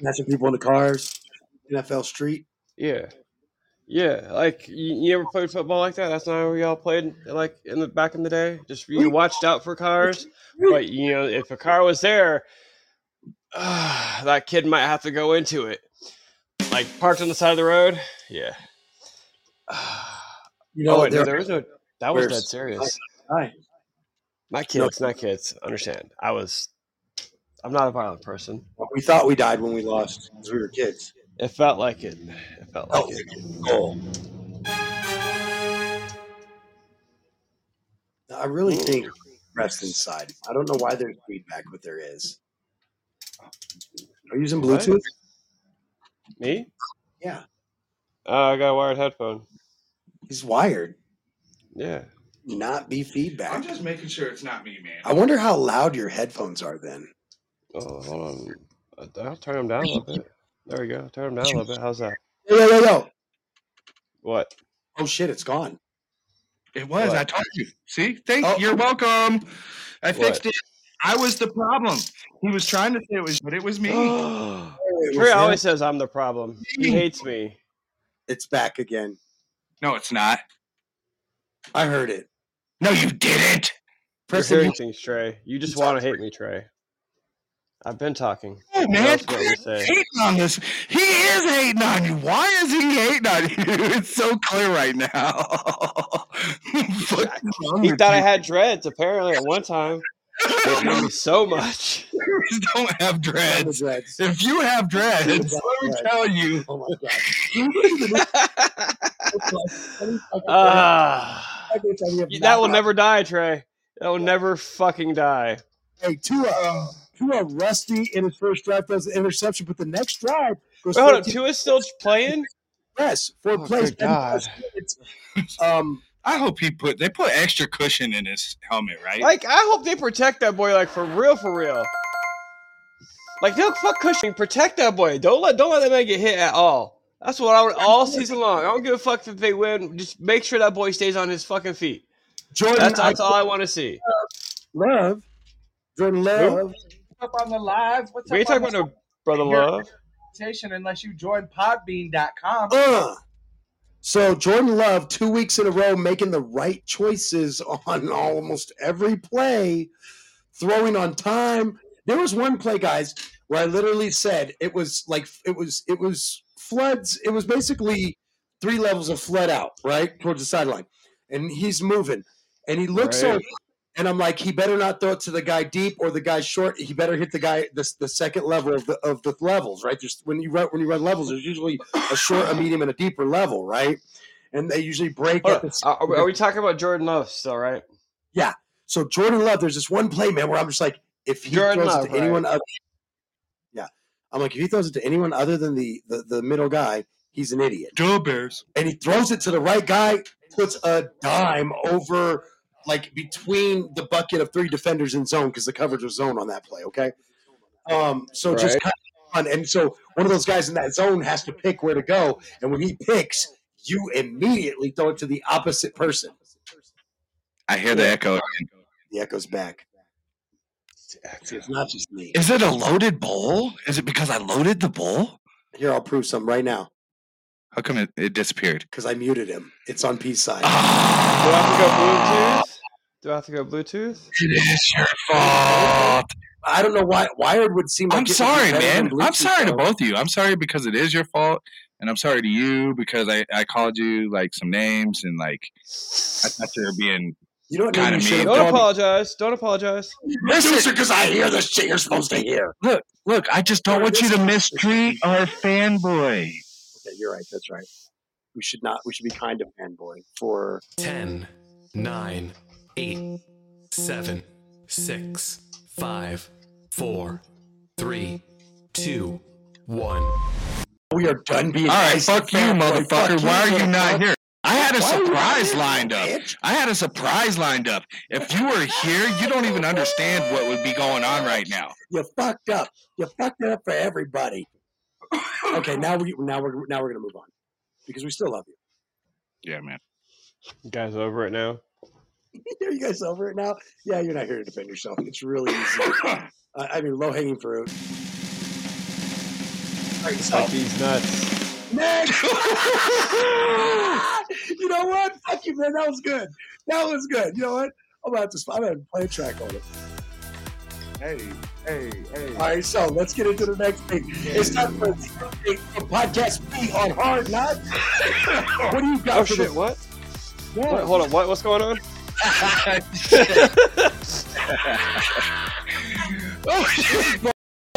C: Matching people in the cars, NFL street.
I: Yeah. Yeah, like you, you ever played football like that? That's not how we all played like in the back in the day. Just you watched out for cars, but you know if a car was there, ah, that kid might have to go into it. Like parked on the side of the road. Yeah. Ah.
C: You know,
I: oh, wait, no,
C: there-
I: there was no. That was
C: there's-
I: dead serious.
C: Hi.
I: Not kids, not kids. Understand? I was. I'm not a violent person.
C: we thought we died when we lost because we were kids.
I: It felt like it. It felt like
C: Oh,
I: it.
C: goal. I really think rest inside. I don't know why there's feedback, but there is. Are you using
I: What?
C: Bluetooth?
I: Me?
C: Yeah.
I: Uh, I got a wired headphone.
C: He's wired.
I: Yeah.
C: Not be feedback.
G: I'm just making sure it's not me, man.
C: I wonder how loud your headphones are then.
I: Oh, hold on. I- I'll turn them down a little bit. There we go. Turn them down a little bit. How's that?
C: Yo, yo, yo, yo.
I: What?
C: Oh shit, it's gone.
G: It was.
I: What?
G: I told you. See? Thank
C: Oh.
G: You're welcome. I
I: What?
G: fixed it. I was the problem. He was trying to say it was, but it was me.
C: It was
I: Trey
C: him.
I: always says I'm the problem. He hates me.
C: It's back again.
G: no, it's not.
C: I heard it.
G: No, you didn't.
I: You're
C: Preston,
I: hearing things, Trey. You just want to hate me, Trey. I've been talking.
G: Oh,
I: What
G: man,
I: else do I have to say?
G: hating on this. He is hating on you. Why is he hating on you? It's so clear right now. Fuck
I: He thought I had dreads apparently at one time. It hurt me so much.
G: Please don't have
C: you-
G: dreads.
C: Dreads.
G: If you have dreads, let me tell you.
C: Oh my god.
I: Ah.
C: Every time you have
I: that will
C: knockouts.
I: never die, Trey. That will never fucking die.
C: Hey, Tua,
I: Oh.
C: uh, Tua rusty in his first drive throws an interception, but the next drive goes
I: Wait, hold on.
C: 13
I: Tua's still playing?
C: press, four
I: Oh,
C: plays,
I: good
C: ten plus minutes. Um,
G: I hope he put they put extra cushion in his helmet, right?
I: Like, I hope they protect that boy, like, for real, for real. Like, no, fuck Cushing. Protect that boy. Don't let, don't let that man get hit at all. That's what I would, all season long. I don't give a fuck if they win. Just make sure that boy stays on his fucking feet.
C: Jordan
I: That's, that's all I want to see.
C: Love, Jordan Love.
D: up on the live. What's
I: We ain't
D: up on
I: talking about
D: the
I: no brother love.
D: conversation unless you join podbean.com.
C: Uh, so Jordan Love, two weeks in a row, making the right choices on almost every play, throwing on time. There was one play, guys, where I literally said it was like it was it was floods. It was basically three levels of flood out, right towards the sideline, and he's moving, and he looks
I: Right.
C: over, and I'm like, he better not throw it to the guy deep or the guy short. He better hit the guy the, the second level of the of the levels, right? There's when you run when you run levels, there's usually a short, a medium, and a deeper level, right? And they usually break
I: Hold
C: at
I: on.
C: the
I: Are, are we- are we talking about Jordan Love still, right?
C: so Jordan Love, there's this one play, man, where I'm just like, if he
I: Jordan
C: throws
I: Love,
C: it to anyone other, yeah, I'm like, if he throws it to anyone other than the the, the middle guy, he's an idiot.
G: Duh Bears.
C: And he throws it to the right guy, puts a dime over like between the bucket of three defenders in zone because the coverage was zone on that play. Okay, um, so just kind of fun. And so one of those guys in that zone has to pick where to go, and when he picks, you immediately throw it to the opposite person.
G: I hear the echo. again.
C: The echo's back. It's not just me.
G: Is it a loaded bowl? Is it because I loaded the bowl?
C: Here, I'll prove something right now
G: How come it, it disappeared?
C: because I muted him. It's on P side.
I: Do I
G: Ah,
I: have to go Bluetooth? Do I have to go Bluetooth?
G: it is your fault.
C: I don't know why Wired would seem. Like
G: I'm
C: it would be
G: sorry,
C: better than
G: man. I'm
C: Bluetooth,
G: sorry to
C: though.
G: both of you. I'm sorry because it is your fault, and I'm sorry to you because I, I called you like some names and like I thought you were being.
C: You don't know
G: Kinda
C: you should
G: mean.
C: have
G: No,
I: Don't
C: called me.
I: apologize. Don't apologize.
C: Listen, because I hear the shit you're supposed to hear.
G: Look, look. I just don't want you to mistreat our fanboy.
C: Okay, you're right. That's right. We should not. We should be kind to fanboy for
F: 10, 9, 8, 7, 6, 5, 4, 3, 2, 1.
C: we are done being.
G: All right,
C: nice
G: fuck
C: to
G: you,
C: fanboy. Fuck
G: motherfucker. Why are you
C: little
G: not
C: fuck.
G: here? I had a
C: Why are you not
G: surprise
C: here,
G: lined up.
C: bitch?
G: I had a surprise lined up. If you were here, you don't even understand what would be going on right now.
C: You fucked up. You fucked it up for everybody. okay, now we now we're now we're gonna move on because we still love you.
G: Yeah, man.
I: You guys over it now.
C: Are you guys over it now? Yeah, you're not here to defend yourself. It's really easy. I, I mean, low hanging fruit. All right, so
I: Like he's nuts.
C: next. you know what? Fuck you, man. That was good. That was good. You know what? I'm about to. I'm gonna play a track on it.
G: Hey, hey, hey.
C: All right, so let's get into the next thing. It's time for the podcast B on Hard Knot. What do you got?
I: Oh
C: for
I: shit!
C: the-
I: What?
C: Yeah.
I: What? Hold on. What? What's going on?
G: Oh, shit. What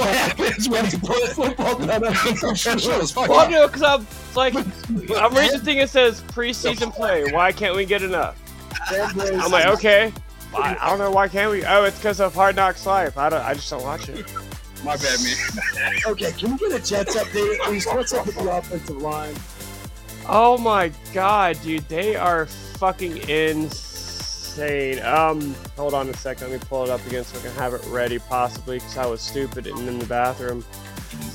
G: happens when you put football down?
I: Well, no, because I'm like, I'm reading the thing that says preseason play. Why can't we get enough?
C: Fanboys.
I: I'm like, okay. I, I don't know why can't we? Oh, it's because of Hard Knocks Life. I don't. I just don't watch it.
G: My bad, man.
C: Okay, can we get a Jets update at least? What's up with the offensive line?
I: Oh my god, dude, they are fucking insane. Um, hold on a second, let me pull it up again so I can have it ready, possibly, because I was stupid and in the bathroom.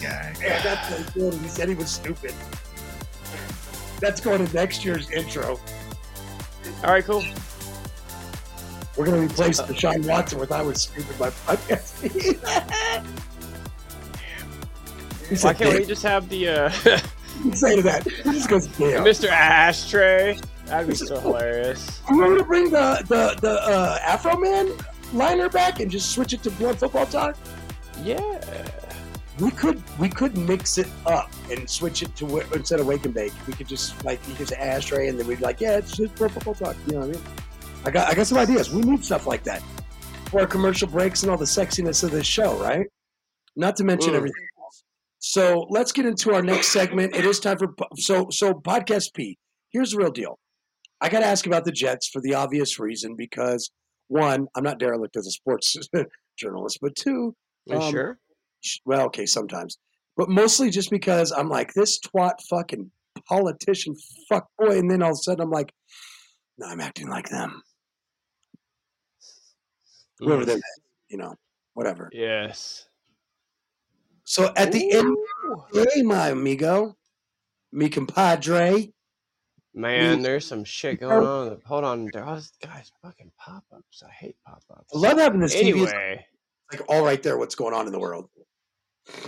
C: Yeah, that's so good. He said he was stupid. That's going to next year's intro.
I: All right, cool.
C: We're going to replace the Sean Watson with "I was stupid" by podcast. he
I: Why
C: said,
I: can't we
C: "Damn."
I: just have the uh,
C: He said that. He just goes, "Damn."
I: Mr. Ashtray? That'd be so hilarious.
C: You want me to bring the the the uh, Afro Man liner back and just switch it to blood football talk?
I: Yeah.
C: We could we could mix it up and switch it to wh- instead of wake and bake. We could just like you could say ashtray and then we'd be like yeah it's just blood football talk. You know what I mean? I got I got some ideas. We need stuff like that for our commercial breaks and all the sexiness of this show, right? Not to mention
I: Mm.
C: everything. else. So let's get into our next segment. It is time for po- so so podcast P. Here's the real deal. I got to ask about the Jets for the obvious reason because one, I'm not derelict as a sports journalist, but two,
I: Are you
C: Um,
I: sure?
C: sh- well, okay, sometimes, but mostly just because I'm like this twat fucking politician fuck boy, and then all of a sudden I'm like, no, I'm acting like them,
I: Mm.
C: whoever they, you know, whatever.
I: Yes.
C: So at the end, of the day, my amigo, mi compadre,
I: Man,
C: Me-
I: there's some shit going on. Hold on, there was- guys. Fucking pop ups. I hate pop ups.
C: I love having this TV. It's
I: Anyway,
C: like all right there, what's going on in the world?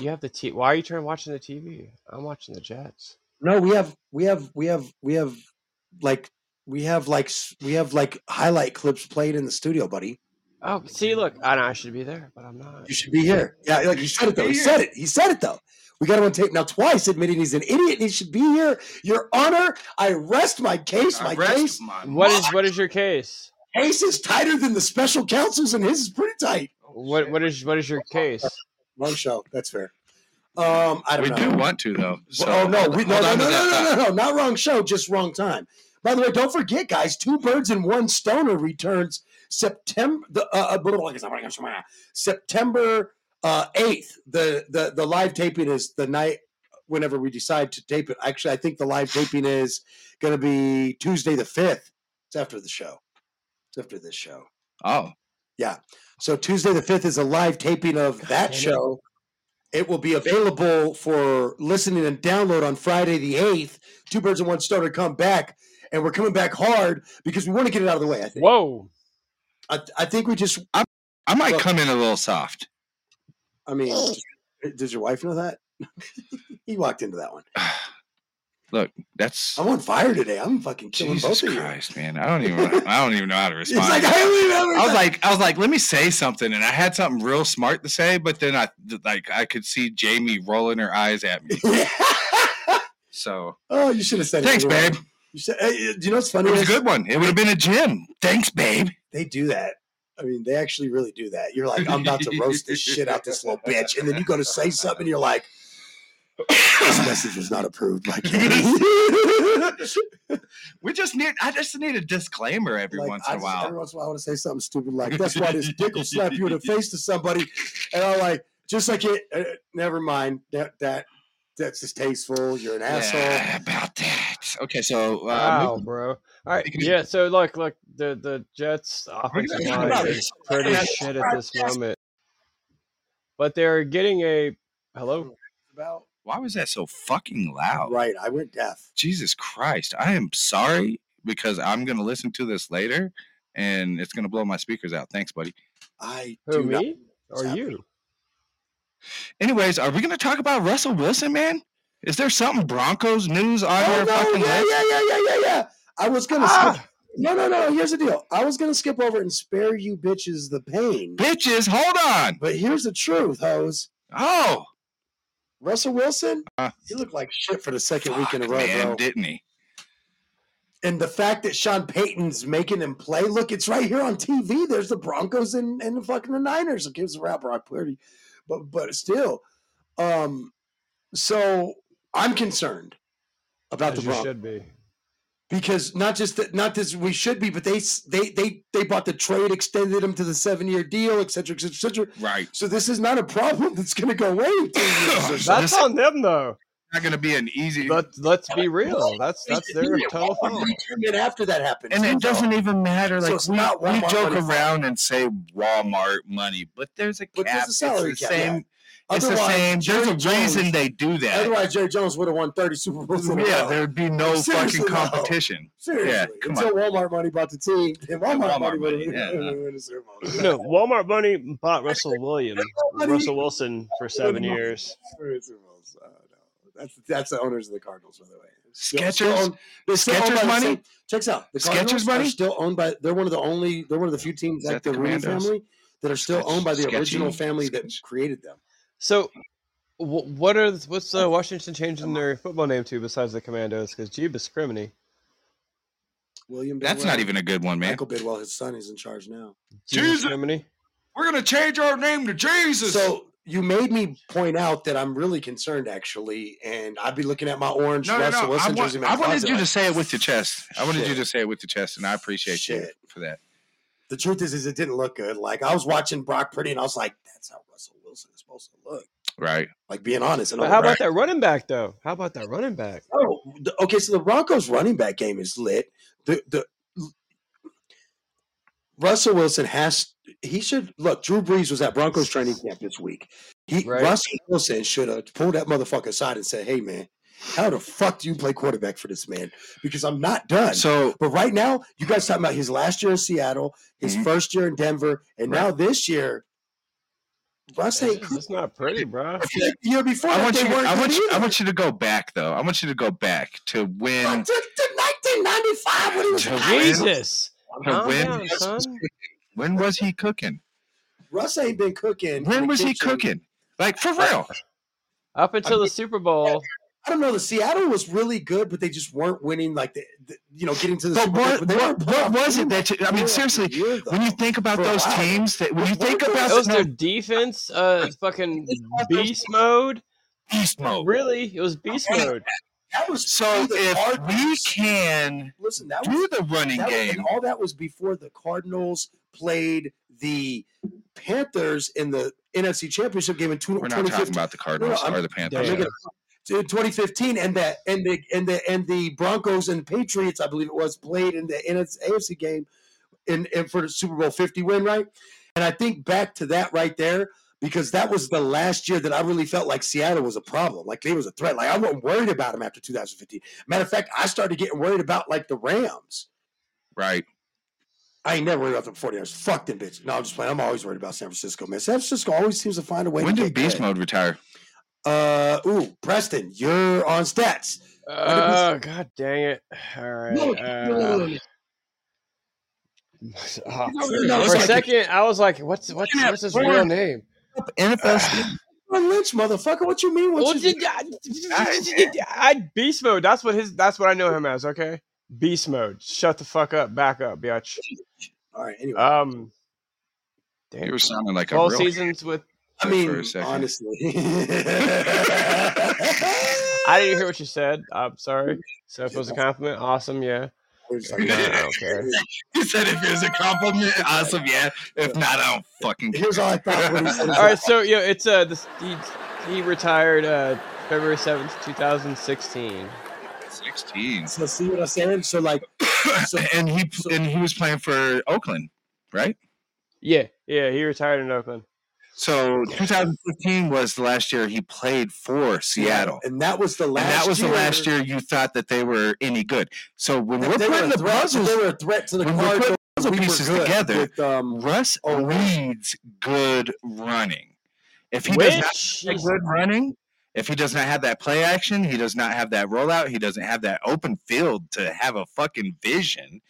I: you have the T. Why are you turning watching the TV? I'm watching the Jets.
C: No, we have we have we have we have like we have like s- we have like highlight clips played in the studio, buddy.
I: Oh, see, look, I know I should be there, but I'm not.
C: You should be here. Yeah, like he said it though. He said it. He said it though. We got him on tape now twice, admitting he's an idiot and he should be here. Your Honor, I rest my case. My case,
I: What is what is your case?
C: case is tighter than the special counsel's, and his is pretty tight.
I: What what is what is your case?
C: Long show. That's fair. Um, I don't
G: We
C: know.
G: do want to though. So
C: oh no, we, no, no, no,
G: hold on to
C: no,
G: that thought.
C: no, no, no, not wrong show, just wrong time. By the way, don't forget, guys. Two birds and one stoner returns September the uh, uh, September uh, eighth. the the the live taping is the night whenever we decide to tape it. Actually, I think the live taping is going to be Tuesday the fifth. It's after the show. It's after this show.
G: Oh,
C: So Tuesday the fifth is a live taping of that show. It will be available for listening and download on Friday the eighth. Two birds and one stone are come back, and we're coming back hard because we want to get it out of the way. I think.
I: Whoa!
C: I, I think we just.
G: I might
C: Look.
G: come in a little soft.
C: I mean, does your wife know that? he walked into that one.
G: Look, that's
C: I'm on fire today. I'm fucking killing
G: Jesus
C: both of
G: Christ, man. I don't even. I don't even know how to
C: you. It's
G: respond.
C: like I don't even have
G: I was like, I was like, let me say something, and I had something real smart to say, but then I th- like I could see Jamie rolling her eyes at me. So
C: oh, you should have said. it.
G: thanks,
C: You were-
G: babe.
C: You said, hey, do you know what's funny?
G: It was a
C: is-
G: good one. It would have been a gym. Thanks, babe.
C: they do that. I mean, they actually really do that. You're like, I'm about to roast the shit out this little bitch, and then you go to say something, and you're like, this message was not approved. Like,
G: We just need. I just need a disclaimer every once
C: I
G: in a
C: just-
G: while.
C: Every once in a while, I want to say something stupid like, "That's why this dick will slap you in the face to somebody," and I'm like, just like it. Uh, never mind that that that's distasteful. You're an asshole.
G: Yeah, about that. Okay, so uh,
I: Wow, bro. All right,
G: Because-
I: yeah. So look, look, the the Jets offensive
G: gonna talk
I: line
G: about
I: is pretty shit at this moment, but they're getting a hello.
C: About
G: why was that so fucking loud?
C: right, I went deaf.
G: Jesus Christ. I am sorry because I'm going to listen to this later and it's going to blow my speakers out. Thanks, buddy.
C: I
I: Who
C: do not-
I: me or you?
G: Anyways, are we going to talk about Russell Wilson, man? Is there something Broncos news on
C: Oh,
G: your
C: no,
G: fucking Ah!
C: yeah,
G: list?
C: yeah, yeah, yeah, yeah, yeah. I was gonna skip. No, no, no. Here's the deal. I was gonna skip over and spare you bitches the pain.
G: Bitches, hold on.
C: But here's the truth, hoes.
G: Oh,
C: Russell Wilson,
G: Uh,
C: he looked like shit for the second week in a
G: fuck,
C: row,
G: man,
C: bro.
G: didn't he?
C: And the fact that Sean Payton's making him play, look, it's right here on TV. There's the Broncos and, and the fucking the Niners. It gives a rap Brock Purdy. But but still. Um so I'm concerned about
I: As
C: the
I: you
C: Broncos.
I: should be.
C: because not just that, not this we should be, but they s- they they they bought the trade, extended him to the seven year deal, et cetera, et cetera, et cetera.
G: Right.
C: So this is not a problem that's going to go away. in two years or so.
I: That's on them though.
G: not going to be an easy.
I: Let, let's be real. That's that's their total fault.
C: And after that happened,
G: and it doesn't even matter.
C: So
G: Like
C: it's
G: we,
C: not
G: we
C: Walmart
G: joke
C: money.
G: around and say Walmart money, but there's a cap.
C: But there's a salary
G: it's the
C: cap,
G: same. It's the
C: Otherwise,
G: same. There's
C: Jerry
G: a
C: Jones-
G: reason they do that.
C: Otherwise, Jerry Jones would have won 30 Super Bowls. In a
G: Yeah,
C: row.
G: there'd be no
C: Seriously,
G: fucking
C: though.
G: competition.
C: seriously.
G: yeah, come
C: Until Walmart money bought the team, and Walmart,
G: Walmart
C: money would
G: money, yeah.
C: have won the Super Bowl.
I: No, Walmart money bought Russell Williams, Russell Wilson for seven years.
C: Where is it? Oh, no. That's that's the owners of the Cardinals, by the way. Still-
G: Skechers?
C: still own- they're still owned
G: Skechers
C: by the
G: money?
C: same- checks out. The Cardinals
G: Skechers money?
C: are still owned by. They're one of the only. They're one of the few teams
G: Is
C: like
G: that
C: the
G: the
C: Rooney
G: Commandos?
C: family that are still owned by the
G: Sketchy.
C: original family that
G: Sketch.
C: created them.
I: So, wh- what are th- what's uh, Washington changing their football name to besides the Commandos? Because Jeebus Criminy,
C: William.
G: That's
C: Bidwell,
G: not even a good one, man.
C: Michael Bidwell. His son is in charge now.
I: Jeebus
G: Jesus.
I: Criminy.
G: We're gonna change our name to Jesus.
C: So you made me point out that I'm really concerned, actually, and I'd be looking at my orange
G: no, no,
C: Russell
G: no. I,
C: Wilson
G: want-
C: jersey. in my
G: I wanted
C: closet
G: you to
C: like,
G: say it with your chest. I wanted you
C: Shit.
G: to say it with your chest, and I appreciate you
C: Shit.
G: for that.
C: the truth is, is it didn't look good. Like I was watching Brock Pretty, and I was like, "That's how Russell Wilson is supposed to look."
G: Right?
C: Like being honest. And
I: But
C: I'm
I: how
C: like,
I: about that running back though? How about that running back?
C: oh, the- okay. So the Broncos' running back game is lit. The the Russell Wilson has he should look. Drew Brees was at Broncos training camp this week. He
I: Right.
C: Russell Wilson should have pulled that motherfucker aside and said, "Hey man, how the fuck do you play quarterback for this man? Because I'm not done."
G: So
C: But right now, you guys talking about his last year in Seattle, his
G: Mhm.
C: first year in Denver, and
G: Right.
C: now this year. Russ ain't
I: It's just not pretty, bro.
C: the year before.
G: I
C: that,
G: want
C: they
G: you.
C: weren't
G: I
C: good
G: want you. I
C: either.
G: want you to go back though. I want you to go back to when
C: Up to, to 1995 when he was
G: To
C: hot.
I: Jesus,
G: to
I: calm
G: when
I: down,
G: Russ was
I: son.
G: cooking. when was he cooking?
C: Russ ain't been cooking. in
G: When
C: the
G: was he
C: kitchen.
G: cooking? Like for real?
I: Up until the Super Bowl,
C: I don't know. The Seattle was really good, but they just weren't winning. Like the, the you know, getting to the.
G: But
C: Super Bowl,
G: what?
C: they
G: What,
C: weren't
G: what
C: playoff
G: was it
C: team
G: that? You, I
C: year
G: mean,
C: after
G: seriously,
C: year, though.
G: when you think about
C: For a
G: those
C: while.
G: teams, that when you
C: What
G: think
C: was
G: about
I: that was
G: those
I: their defense. Uh, fucking beast mode.
G: beast mode.
I: Really, it was beast mode.
C: that was
G: So
C: the
G: if we
C: Cardinals.
G: can
C: listen, that was
G: do the running
C: that was- and
G: game,
C: all that was before the Cardinals played the Panthers in the NFC Championship game in two-
G: we're not talking
C: 2015.
G: about the Cardinals
C: I'm-
G: or the
C: I'm
G: Panthers.
C: making a- in 2015, and that and the and the and the Broncos and Patriots, I believe it was, played in the NS AFC game in, in for the Super Bowl 50 win, right? And I think back to that right there because that was the last year that I really felt like Seattle was a problem, like they was a threat. Like I wasn't worried about them after 2015. Matter of fact, I started getting worried about like the Rams.
G: Right?
C: I ain't never worried about the 49ers. Fuck them bitch. No, I'm just playing. I'm always worried about San Francisco, man. San Francisco always seems to find a way.
G: When
C: to
G: did
C: get
G: beast
C: good.
G: mode retire?
C: Uh, ooh, Preston, you're on stats.
I: Oh god, dang it! All right.
C: No,
I: uh, Oh,
C: no, it's
I: for a
C: like-
I: second, I was like, "What's what's what's his real name?"
G: NFL.
C: Marshawn Lynch, motherfucker. What you mean? What
I: Well,
C: you
I: did, I, I- beast mode. That's what his. That's what I know him as. Okay, beast mode. Shut the fuck up. Back up, bitch.
C: All right.
G: Uh,
C: Anyway,
I: Um,
G: You
I: damn.
G: were sounding like a real.
I: Twelve seasons with.
C: I
G: for
C: mean,
G: a second.
C: honestly,
I: I didn't hear what you said. I'm sorry. So if it was a compliment, awesome. Yeah.
C: We're just
I: No,
C: talking
I: I
C: about-
I: don't care.
G: He said if it was a compliment, awesome, yeah. If not, I don't fucking care.
C: here's all I thought. When he said,
I: All right. So yeah, it's uh, this, he he retired uh February seventh, two thousand sixteen.
G: 16.
C: So see what I'm saying? So like, so,
G: and he and he was playing for Oakland, right?
I: Yeah, yeah, he retired in Oakland.
G: So 2015 was the last year he played for Seattle.
C: and that was the last.
G: and that was
C: year,
G: the last year you thought that they were any good. So when
C: that
G: we're
C: they were
G: putting
C: a
G: the
C: threat-
G: puzzles,
C: They were a threat to the
G: when we're putting
C: Cardinals.
G: puzzle
C: we were
G: pieces
C: good
G: together,
C: with, um,
G: Russ needs good running. If he does not
I: Which
G: have
I: is-
G: good running, if he does not have that play action, he does not have that rollout, he doesn't have that open field to have a fucking vision.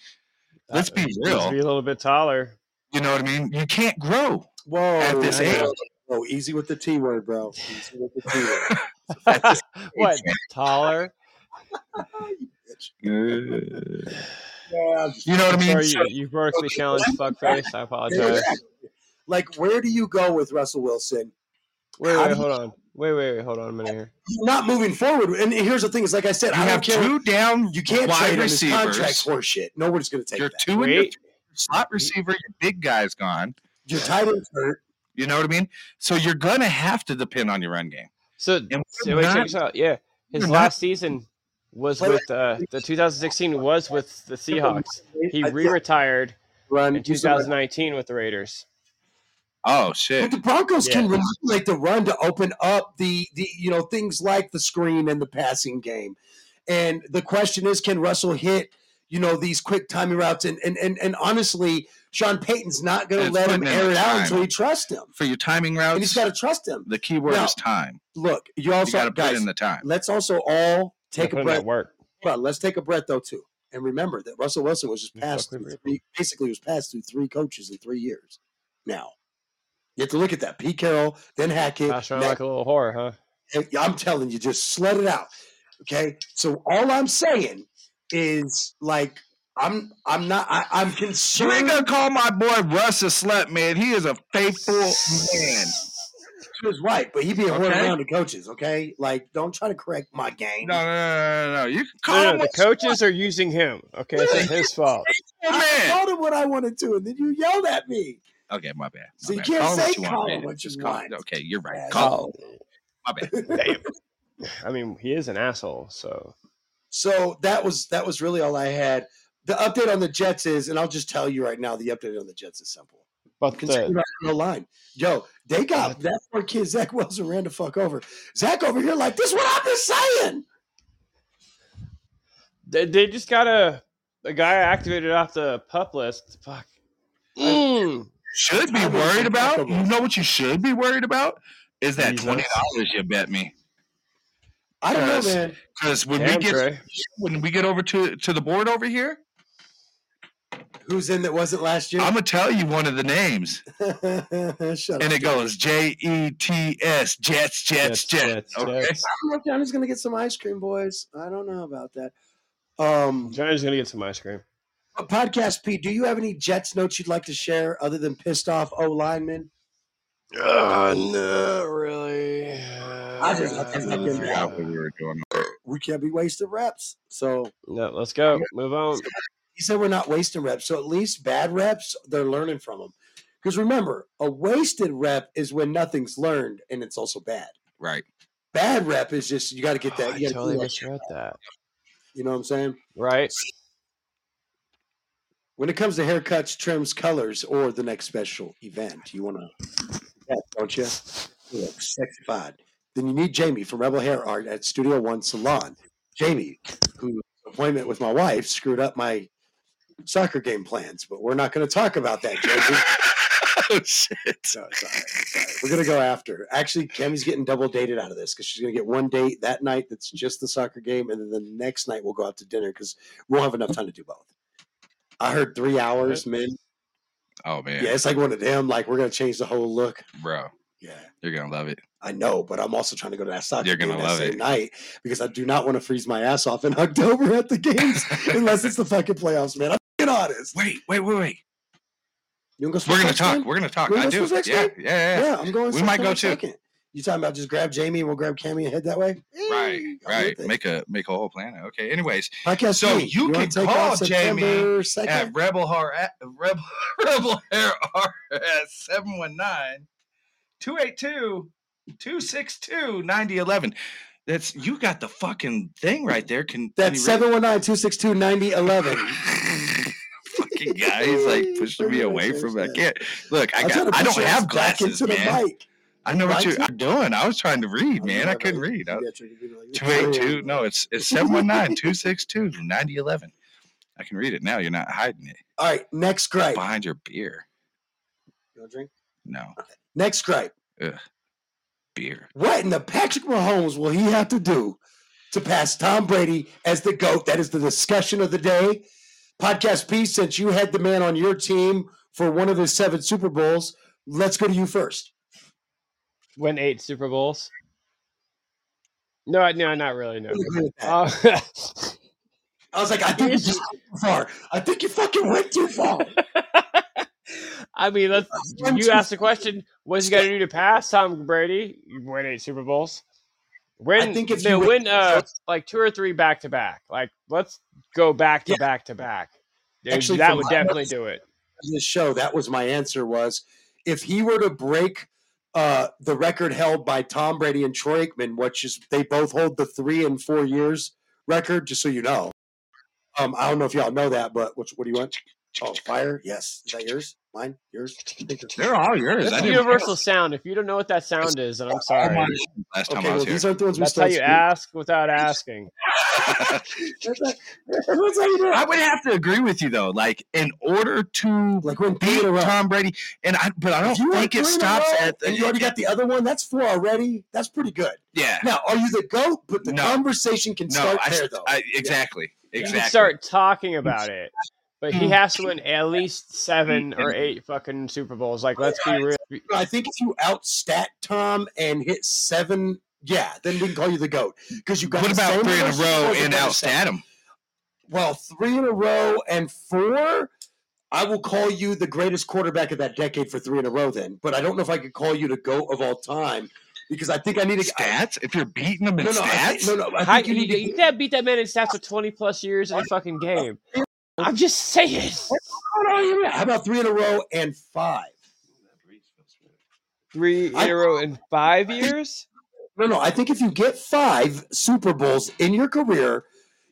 G: Let's be
I: needs to be
G: real.
I: a little bit taller.
G: You know what I mean? You can't grow.
C: whoa,
G: at this
C: whoa,
G: age.
C: whoa, Oh, easy with the T word, bro. Easy with the T word.
I: what taller?
G: you
C: Yeah, I'm
G: know what I
I: I'm
G: mean?
I: sorry,
G: So-
I: you, you vertically challenged fuckface. I apologize.
C: Like, where do you go with Russell Wilson?
I: Wait,
C: How
I: wait,
C: do
I: hold on. Wait, wait, wait, hold on a minute here.
C: You're not moving forward. And here's the thing: is like I said,
G: you
C: I
G: have
C: don't care.
G: two down
C: you can't
G: wide
C: trade him. His contract's
G: receivers.
C: horseshit. Nobody's going to take
G: Your
C: that.
G: two and your
I: Wait,
G: slot receiver, your big guy's gone.
C: Your tight end's hurt.
G: You know what I mean? So you're gonna have to depend on your run game.
I: so,
G: And
I: so
G: we're
I: wait,
G: not-
I: check this out. Yeah, His last season was with uh, the 2016 was with the Seahawks. He re-retired
C: Run
I: in 2019 with the Raiders.
G: Oh
C: But
G: shit!
C: the Broncos can
I: Yeah.
C: manipulate the run to open up the the you know things like the screen and the passing game. And the question is, can Russell hit you know these quick timing routes? And and and, and honestly, Sean Payton's not going to
G: And
C: let him
G: putting in
C: air
G: the
C: it out
G: time.
C: until he trusts him,
G: For your timing
C: and he's
G: routes,
C: got to trust him.
G: the key word
C: No.
G: is time.
C: Look, you
G: you
C: also
G: got to put
C: guys,
G: in the time.
C: let's also all
I: They
C: take
I: put
C: a
I: in that
C: breath.
I: work.
C: But let's take a breath though too, and remember that Russell Wilson was just
I: You
C: passed
I: fuck with
C: through
I: it.
C: three, basically was passed through three coaches in three years. Now you have to look at that: Pete Carroll, then Hackett.
I: Gosh, I'm
C: now-
I: like a little horror, huh?
C: Hey, I'm telling you, just sled it out. Okay. So all I'm saying is like I'm I'm not I, I'm
G: You ain't
C: concerned.
G: gonna call my boy Russ a slut, man. He is a faithful man.
C: He was right, but he be a
G: Okay.
C: okay. around the coaches, okay? Like don't try to correct my game.
G: No, no, no, no, no. You can call
I: No, no,
G: him
I: the
G: a
I: coaches are using him. Okay, it's not his fault.
C: I
G: faithful man.
C: told him what I wanted to, and then you yelled at me.
G: Okay, my bad.
C: So
G: my
C: you
G: bad.
C: can't
G: Call him
C: say
G: what you
C: call
G: want,
C: him
G: man.
C: what
G: Just
C: you
G: call.
C: want.
G: Okay, you're right.
C: Yeah.
G: Call. him. My bad.
I: Damn. I mean, he is an asshole. So
C: So that was that was really all I had. The update on the Jets is, and I'll just tell you right now, the update on the Jets is simple.
I: but
C: concerned
I: the
C: about no line. Yo, they got that poor kid Zach Wilson ran the fuck over. Zach over here like this. is What I've been saying.
I: they, they just got a a guy activated off the pup list. Fuck. Mm.
G: Should be
C: I'm
G: worried about.
C: uncomfortable.
G: You know what you should be worried about is that
I: Jesus.
G: twenty dollars you bet me.
C: I don't know,
G: Yes.
C: man.
G: Because when
I: Damn,
G: we get
I: Trey.
G: when we get over to to the board over here,
C: Who's in that wasn't last year?
G: I'm gonna tell you one of the names,
C: Shut
G: and
C: up.
G: it goes J E T S Jets Jets
I: Jets,
G: Jets.
I: Jets,
G: Okay.
I: Jets.
C: I don't know if Johnny's gonna get some ice cream, boys. I don't know about that. Um,
I: Johnny's gonna get some ice cream.
C: podcast Pete, do you have any Jets notes you'd like to share other than pissed off O lineman?
I: Uh, not really.
C: I just- I just-
G: I forgot what we were doing.
C: We can't be wasting reps. So
I: no, let's go. Move on. Oh,
C: he said we're not wasting reps. So at least bad reps, they're learning from them. Because remember, a wasted rep is when nothing's learned and it's also bad.
G: Right.
C: Bad rep is just you got to get
I: Oh,
C: that.
I: I
C: you, gotta do
I: totally
C: that,
I: misread that.
C: you know what I'm saying?
I: Right?
C: When it comes to haircuts, trims, colors, or the next special event, you want to, don't you? You look Sexified. Then you need Jamie from Rebel Hair Art at Studio One Salon. Jamie, whose appointment with my wife screwed up my soccer game plans, but we're not going to talk about that, Jamie.
G: oh shit.
C: No, it's all right. It's all right. We're gonna go after. her. Actually, Cammy's getting double dated out of this because she's gonna get one date that night that's just the soccer game, and then the next night we'll go out to dinner because we won't have enough time to do both. I heard three hours, man.
G: Oh
C: Yeah.
G: man,
C: it's like one of them. Like we're gonna change the whole look.
G: bro,
C: Yeah,
G: you're gonna love it.
C: I know, but I'm also trying to go to that soccer
G: You're
C: game
G: gonna
C: that
G: love
C: same
G: it.
C: night because I do not want to freeze my ass off in October at the games unless it's the fucking playoffs, man. I'm being honest.
G: Wait, wait, wait, wait.
C: You wanna go
G: We're gonna
C: sports
G: talk.
C: game?
G: We're gonna talk.
C: We're gonna
G: I do.
C: go
G: Yeah,
C: next
G: yeah,
C: time?
G: yeah,
C: Yeah, I'm going.
G: We might go
C: September
G: too.
C: Second. You talking about just grab Jamie and we'll grab Cammy and head that way? Eh,
G: Right,
C: I'm
G: right.
C: with it.
G: Make a make a whole plan. Okay. Anyways,
C: Podcast
G: So
C: three.
G: you
C: wanna
G: can
C: take
G: call
C: off
G: Jamie
C: September
G: at
C: 2nd?
G: Rebel Har at Rebel Rebel Hair R at 719 282 262 9011. That's you got the fucking thing right there. Can
C: That's
G: can you
C: 719-262-9011.
G: read- fucking guy. He's like pushing me away from it. I can't look. I
C: I'm trying
G: got.
C: to
G: I
C: push
G: don't
C: your ass
G: have
C: back
G: glasses,
C: into the
G: man.
C: mic.
G: I know what
C: Why'd
G: you're
C: you-
G: doing. I was trying to read,
C: Oh,
G: man.
C: yeah,
G: I couldn't
C: right.
G: read.
C: You
G: I-
C: got your- you got your-
G: 282. No, it's it's 719 262 9011. I can read it now. You're not hiding it
C: All right, next gripe.
G: behind your beer.
C: You wanna drink?
G: No,
C: Next gripe.
G: beer.
C: What in the Patrick Mahomes will he have to do to pass Tom Brady as the GOAT? That is the discussion of the day. Podcast P, since you had the man on your team for one of his seven Super Bowls, let's go to you first.
I: Win eight Super Bowls. No, I- no, not really. No.
C: I don't agree with that.
I: Uh,
C: I was like, I think you just went too far. I think you fucking went too far.
I: I mean, let's, you asked the question: What's he got to do to pass Tom Brady? You win eight Super Bowls. Win,
C: think if
I: no,
C: you win-
I: win uh, like two or three back to back. Like, let's go back to
C: Yeah.
I: back to back. Dude,
C: Actually,
I: that
C: for
I: would
C: my
I: definitely do it.
C: This show, that was my answer was if he were to break uh, the record held by Tom Brady and Troy Aikman, which is they both hold the three and four years record. Just so you know, um, I don't know if y'all know that, but what, what do you want? Oh, fire! Yes, is that yours? Mine? Yours?
G: They're all yours.
I: That's
G: I
I: a
G: didn't-
I: universal sound. If you don't know what that sound is, then I'm
G: I
I: sorry.
G: won Last time
C: Okay,
G: I
C: well,
G: was here.
C: these aren't the ones we
I: That's how
C: started.
I: you ask without asking.
C: That's how you do it.
G: I would have to agree with you though. Like in order to
C: Like when
G: beat
C: beat around.
G: Tom Brady, and I but I
C: If you
G: don't
C: win
G: think
C: three
G: it
C: in a
G: stops
C: row
G: at
C: and you already got the other one. That's four already. That's pretty good.
G: yeah.
C: Now, are you the goat? But the
G: No.
C: conversation can
G: No,
C: start
G: I,
C: there, though.
G: I exactly
I: You can
G: exactly.
I: start talking about it, but
C: Mm.
I: he has to win at least seven or eight fucking Super Bowls. Like, let's be real.
C: I think if you outstat Tom and hit seven, yeah, then we can call you the goat because you got. the
G: What about
C: same
G: three in a
C: number of
G: row
C: Super Bowls
G: and
C: as
G: outstat him?
C: Well, three in a row and four. I will call you the greatest quarterback of that decade for three in a row, then. But I don't know if I could call you the goat of all time because I think I need to.
G: Stats? If you're beating them in
C: No, no, I
G: stats,
C: think, no, no. I
I: How,
C: think you
I: you,
C: need to
I: you can't beat that man in stats for 20 plus years in a fucking game. I'm just saying.
C: How about three in a row and five?
I: Three in a row in five years?
C: No, no. I think if you get five Super Bowls in your career,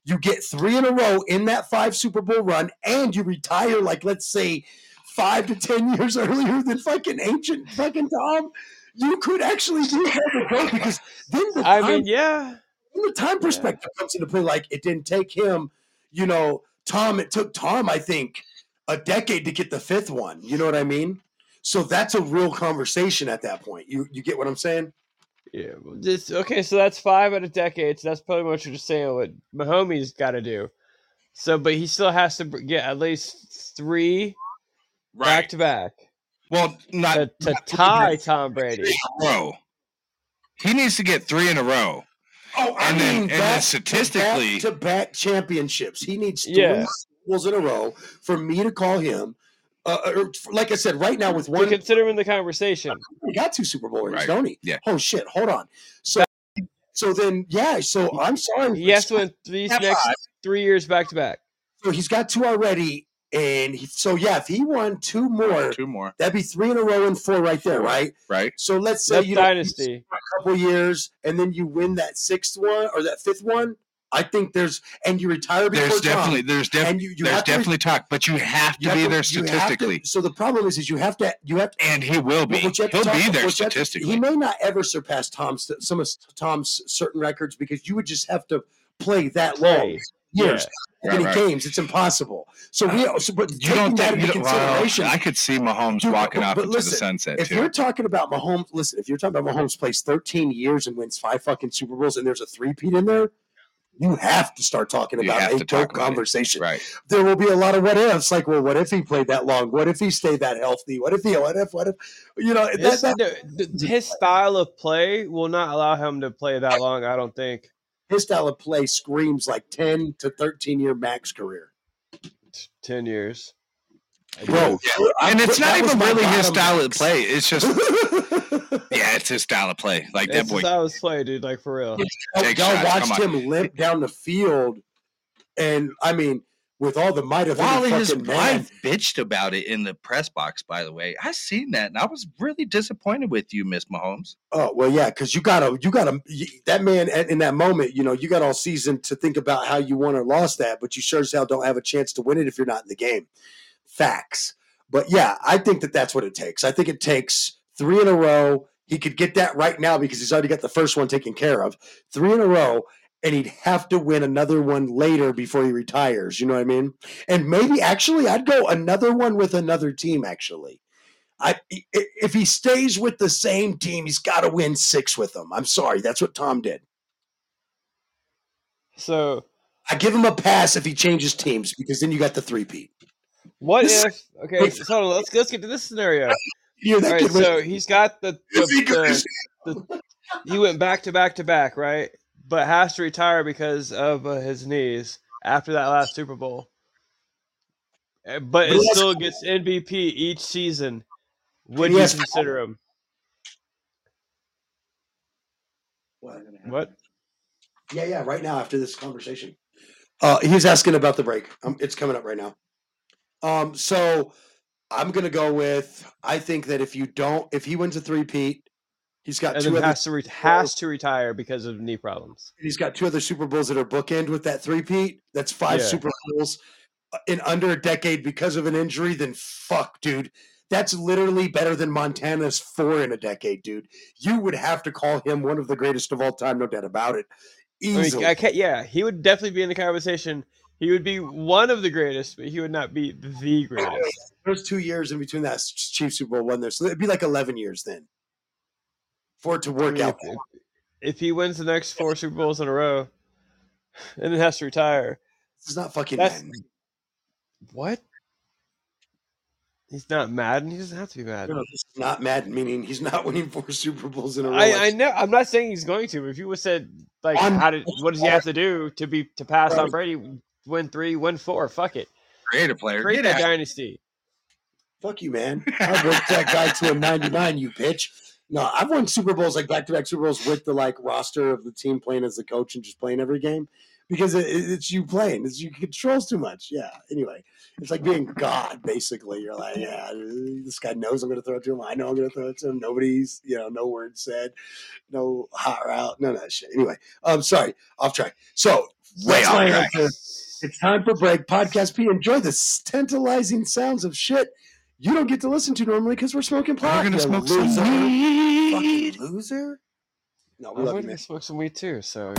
C: you get three in a row in that five Super Bowl run, and you retire like let's say five to ten years earlier than fucking ancient fucking Tom. You could actually do that before because then the
I: I
C: time,
I: mean, yeah.
C: then the time perspective comes into play. Like it didn't take him, you know, Tom. It took Tom, I think, a decade to get the fifth one. You know what I mean? So that's a real conversation at that point. You you get what I'm saying?
I: Yeah. well, This, okay, so that's five out of decades. That's pretty much what you're saying what Mahomes got to do. So, but he still has to br- get at least three back
G: right?
I: to back
G: Well, not
I: to to tie Tom Brady.
G: row. He needs to get three in a row.
C: Oh, I
G: And then-
C: mean,
G: and then statistically-
C: to back championships, he needs three
I: Yeah.
C: Bulls in a row for me to call him. Uh, or, like I said, right now with
I: We
C: one,
I: consider him in the conversation.
C: he got two Super Bowl rings,
G: Right.
C: don't he?
G: Yeah.
C: Oh shit! Hold on. So, so then, yeah. So I'm sorry.
I: He has to win these
G: Have
I: next
G: five.
I: three years back to back.
C: So he's got two already, and he, so yeah, if he won two more,
G: Two more,
C: that'd be three in a row and four right there, right?
G: right?
C: So let's say
I: That's
C: you know,
I: dynasty.
C: couple years, and then you win that sixth one or that fifth one. I think there's and you retire before
G: There's
C: time,
G: definitely there's definitely
C: and you, you
G: there's
C: have to re-
G: definitely talk, but you have to
C: you have
G: be
C: to-
G: there
C: you have to-
G: statistically,
C: so the problem is, is you have to you have to.
G: and he will be.
C: what you have to
G: He'll be
C: talk- what you
G: there
C: have to-
G: statistically.
C: he may not ever surpass Tom's some of Tom's certain records because you would just have to play that long
I: Hey,
C: years,
G: Yeah.
C: that many
G: Right, right.
C: games. It's impossible. So we, so, but
G: You don't
C: taking that
G: think
C: into
G: you don't, well,
C: consideration,
G: I could see Mahomes
C: Dude,
G: walking
C: but-
G: off
C: but
G: into the
C: listen,
G: sunset
C: if
G: too.
C: you're talking about Mahomes, listen, if you're talking about Mahomes plays 13 years and wins five fucking Super Bowls and there's a three-peat in there, you have to start talking
G: You
C: about
G: have
C: a
G: to talk
C: dope
G: about it.
C: conversation.
G: Right.
C: There will be a lot of what ifs, like, well, what if he played that long? What if he stayed that healthy? What if he, what if, what if, you know, that,
I: His,
C: that,
I: the- the- his style of play will not allow him to play that long, I don't think.
C: his style of play screams like 10 to 13 year max career.
I: Ten years.
C: Bro, I-
G: and it's
C: that
G: not
C: was
G: even
C: my
G: really his
C: bottom
G: style of
C: max.
G: play. It's just yeah, it's his style of play. Like that
I: That's
G: boy.
I: just how it's played, dude. Like for real.
C: Oh,
G: Take
C: y'all
G: shots,
C: watched
G: come
C: him limp down the field, and I mean, with all the might of
G: While
C: any
G: his
C: fucking man,
G: wife bitched about it in the press box, by the way, I seen that and I was really disappointed with you, Miss Mahomes.
C: Oh well, yeah, because you gotta, you gotta, you, that man at, in that moment, you know, you got all season to think about how you won or lost that, but you sure as hell don't have a chance to win it if you're not in the game. Facts, but yeah, I think that that's what it takes. I think it takes three in a row. He could get that right now because he's already got the first one taken care of. Three in a row, and he'd have to win another one later before he retires. You know what I mean? And maybe actually, I'd go another one with another team. Actually, I i- if he stays with the same team, he's got to win six with them. I'm sorry, that's what Tom did.
I: So
C: I give him a pass if he changes teams because then you got the three P.
I: what
C: This-
I: if okay, so hold on, let's let's get to this scenario.
C: You know,
I: All
C: that
I: right,
C: kid was-
I: so he's got the, the,
C: If he goes-
I: the, the- he went back to back to back, right? But has to retire because of uh, his knees after that last Super Bowl. Uh, But it
C: Yes.
I: still gets MVP each season. Would
C: Yes.
I: you consider him? What?
C: yeah, yeah. Right now, after this conversation, uh, he's asking about the break. Um, it's coming up right now. Um, so I'm gonna go with. I think that if you don't, if he wins a three Pete, He's got
I: and
C: two
I: then
C: other
I: has to re- has to retire because of knee problems.
C: he's got two other Super Bowls that are bookend with that three-peat. That's five
I: Yeah.
C: Super Bowls in under a decade because of an injury. Then fuck, dude. That's literally better than Montana's four in a decade, dude. You would have to call him one of the greatest of all time, no doubt about it.
I: I
C: Easily.
I: mean, I can't, yeah, he would definitely be in the conversation. He would be one of the greatest, but he would not be the greatest.
C: There's two years in between that s- Chiefs Super Bowl one there, so it'd be like 11 years then for it to
I: I
C: work
I: mean,
C: out.
I: if, if he wins the next four Super Bowls in a row, and then has to retire,
C: This is not fucking
I: that's-
C: Madden.
I: what? He's not Madden. He doesn't have to be Madden.
C: No, this is not Madden, meaning he's not winning four Super Bowls in a row.
I: I, I
C: like-
I: know. I'm not saying he's going to. But if you would said like,
C: I'm-
I: how did what does he have to do to be to pass on
C: Right.
I: Brady? Win three, win four. Fuck it,
G: Create a player.
I: create
G: Get
I: that
G: out.
I: dynasty.
C: Fuck you, man. I worked that guy to a 99, you bitch. No, I've won Super Bowls, like back to back Super Bowls with the like roster of the team playing as the coach and just playing every game because it, it- it's you playing. It's you controls too much. Yeah. Anyway, it's like being God, basically. You're like, yeah, this guy knows I'm going to throw it to him. I know I'm going to throw it to him. Nobody's, you know, no word said, no hot route, none of that shit. Anyway, I'm sorry, off track. So,
G: Way
C: that's
G: off
C: my
G: track.
C: answer. It's time for break. Podcast P, enjoy the tantalizing sounds of shit you don't get to listen to normally because we're smoking pot.
J: We're gonna
C: you
J: smoke
C: loser.
J: some
C: Fucking loser. No,
I: I
C: we love
I: was
C: you,
I: going to
C: man.
I: smoke some weed too. So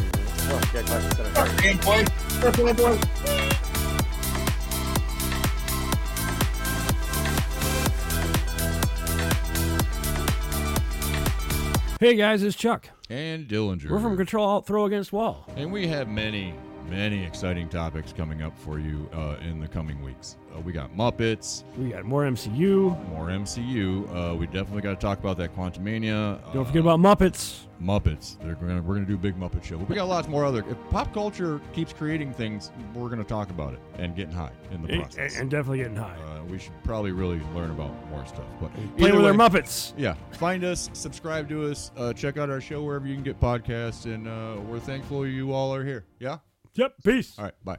K: Hey guys, it's Chuck.
E: And Dillinger.
K: We're from Control Alt Throw Against Wall.
E: And we have many, many exciting topics coming up for you uh, in the coming weeks. Uh, we got Muppets,
K: We got more MCU.
E: more MCU. Uh, we definitely got to talk about that Quantumania. uh,
K: Don't forget about Muppets.
E: Muppets. They're gonna, we're going to do a big Muppet show. But we got lots more other. If pop culture keeps creating things, we're going to talk about it and getting high in the
K: And,
E: process.
K: and definitely getting high.
E: uh, we should probably really learn about more stuff. But
K: Play
E: either
K: with our
E: way-
K: Muppets.
E: yeah find us subscribe to us uh, check out our show wherever you can get podcasts and uh, we're thankful you all are here yeah
K: Yep, peace.
E: all right bye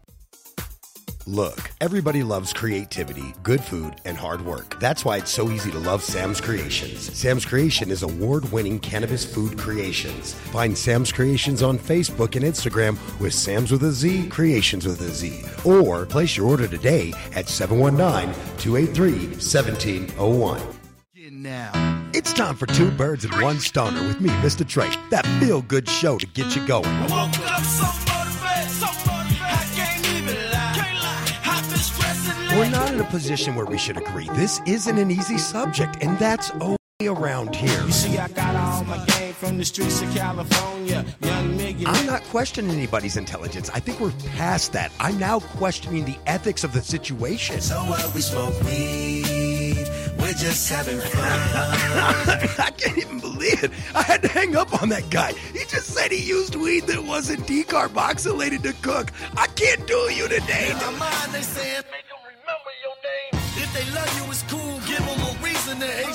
A: Look, everybody loves creativity, good food, and hard work. That's why it's so easy to love Sam's Creations. Sam's Creation is award-winning cannabis food creations. Find Sam's Creations on Facebook and Instagram with Sam's with a Z, Creations with a Z, or place your order today at 719-283-1701. Now, oh it's time for Two Birds and One Stoner with me, Mr. Trey. That feel good show to get you going. We're not in a position where we should agree. This isn't an easy subject, and that's only around here. I'm not questioning anybody's intelligence. I think we're past that. I'm now questioning the ethics of the situation. So what? We smoke weed. We're just having fun. I can't even believe it. I had to hang up on that guy. He just said he used weed that wasn't decarboxylated to cook. I can't do you today.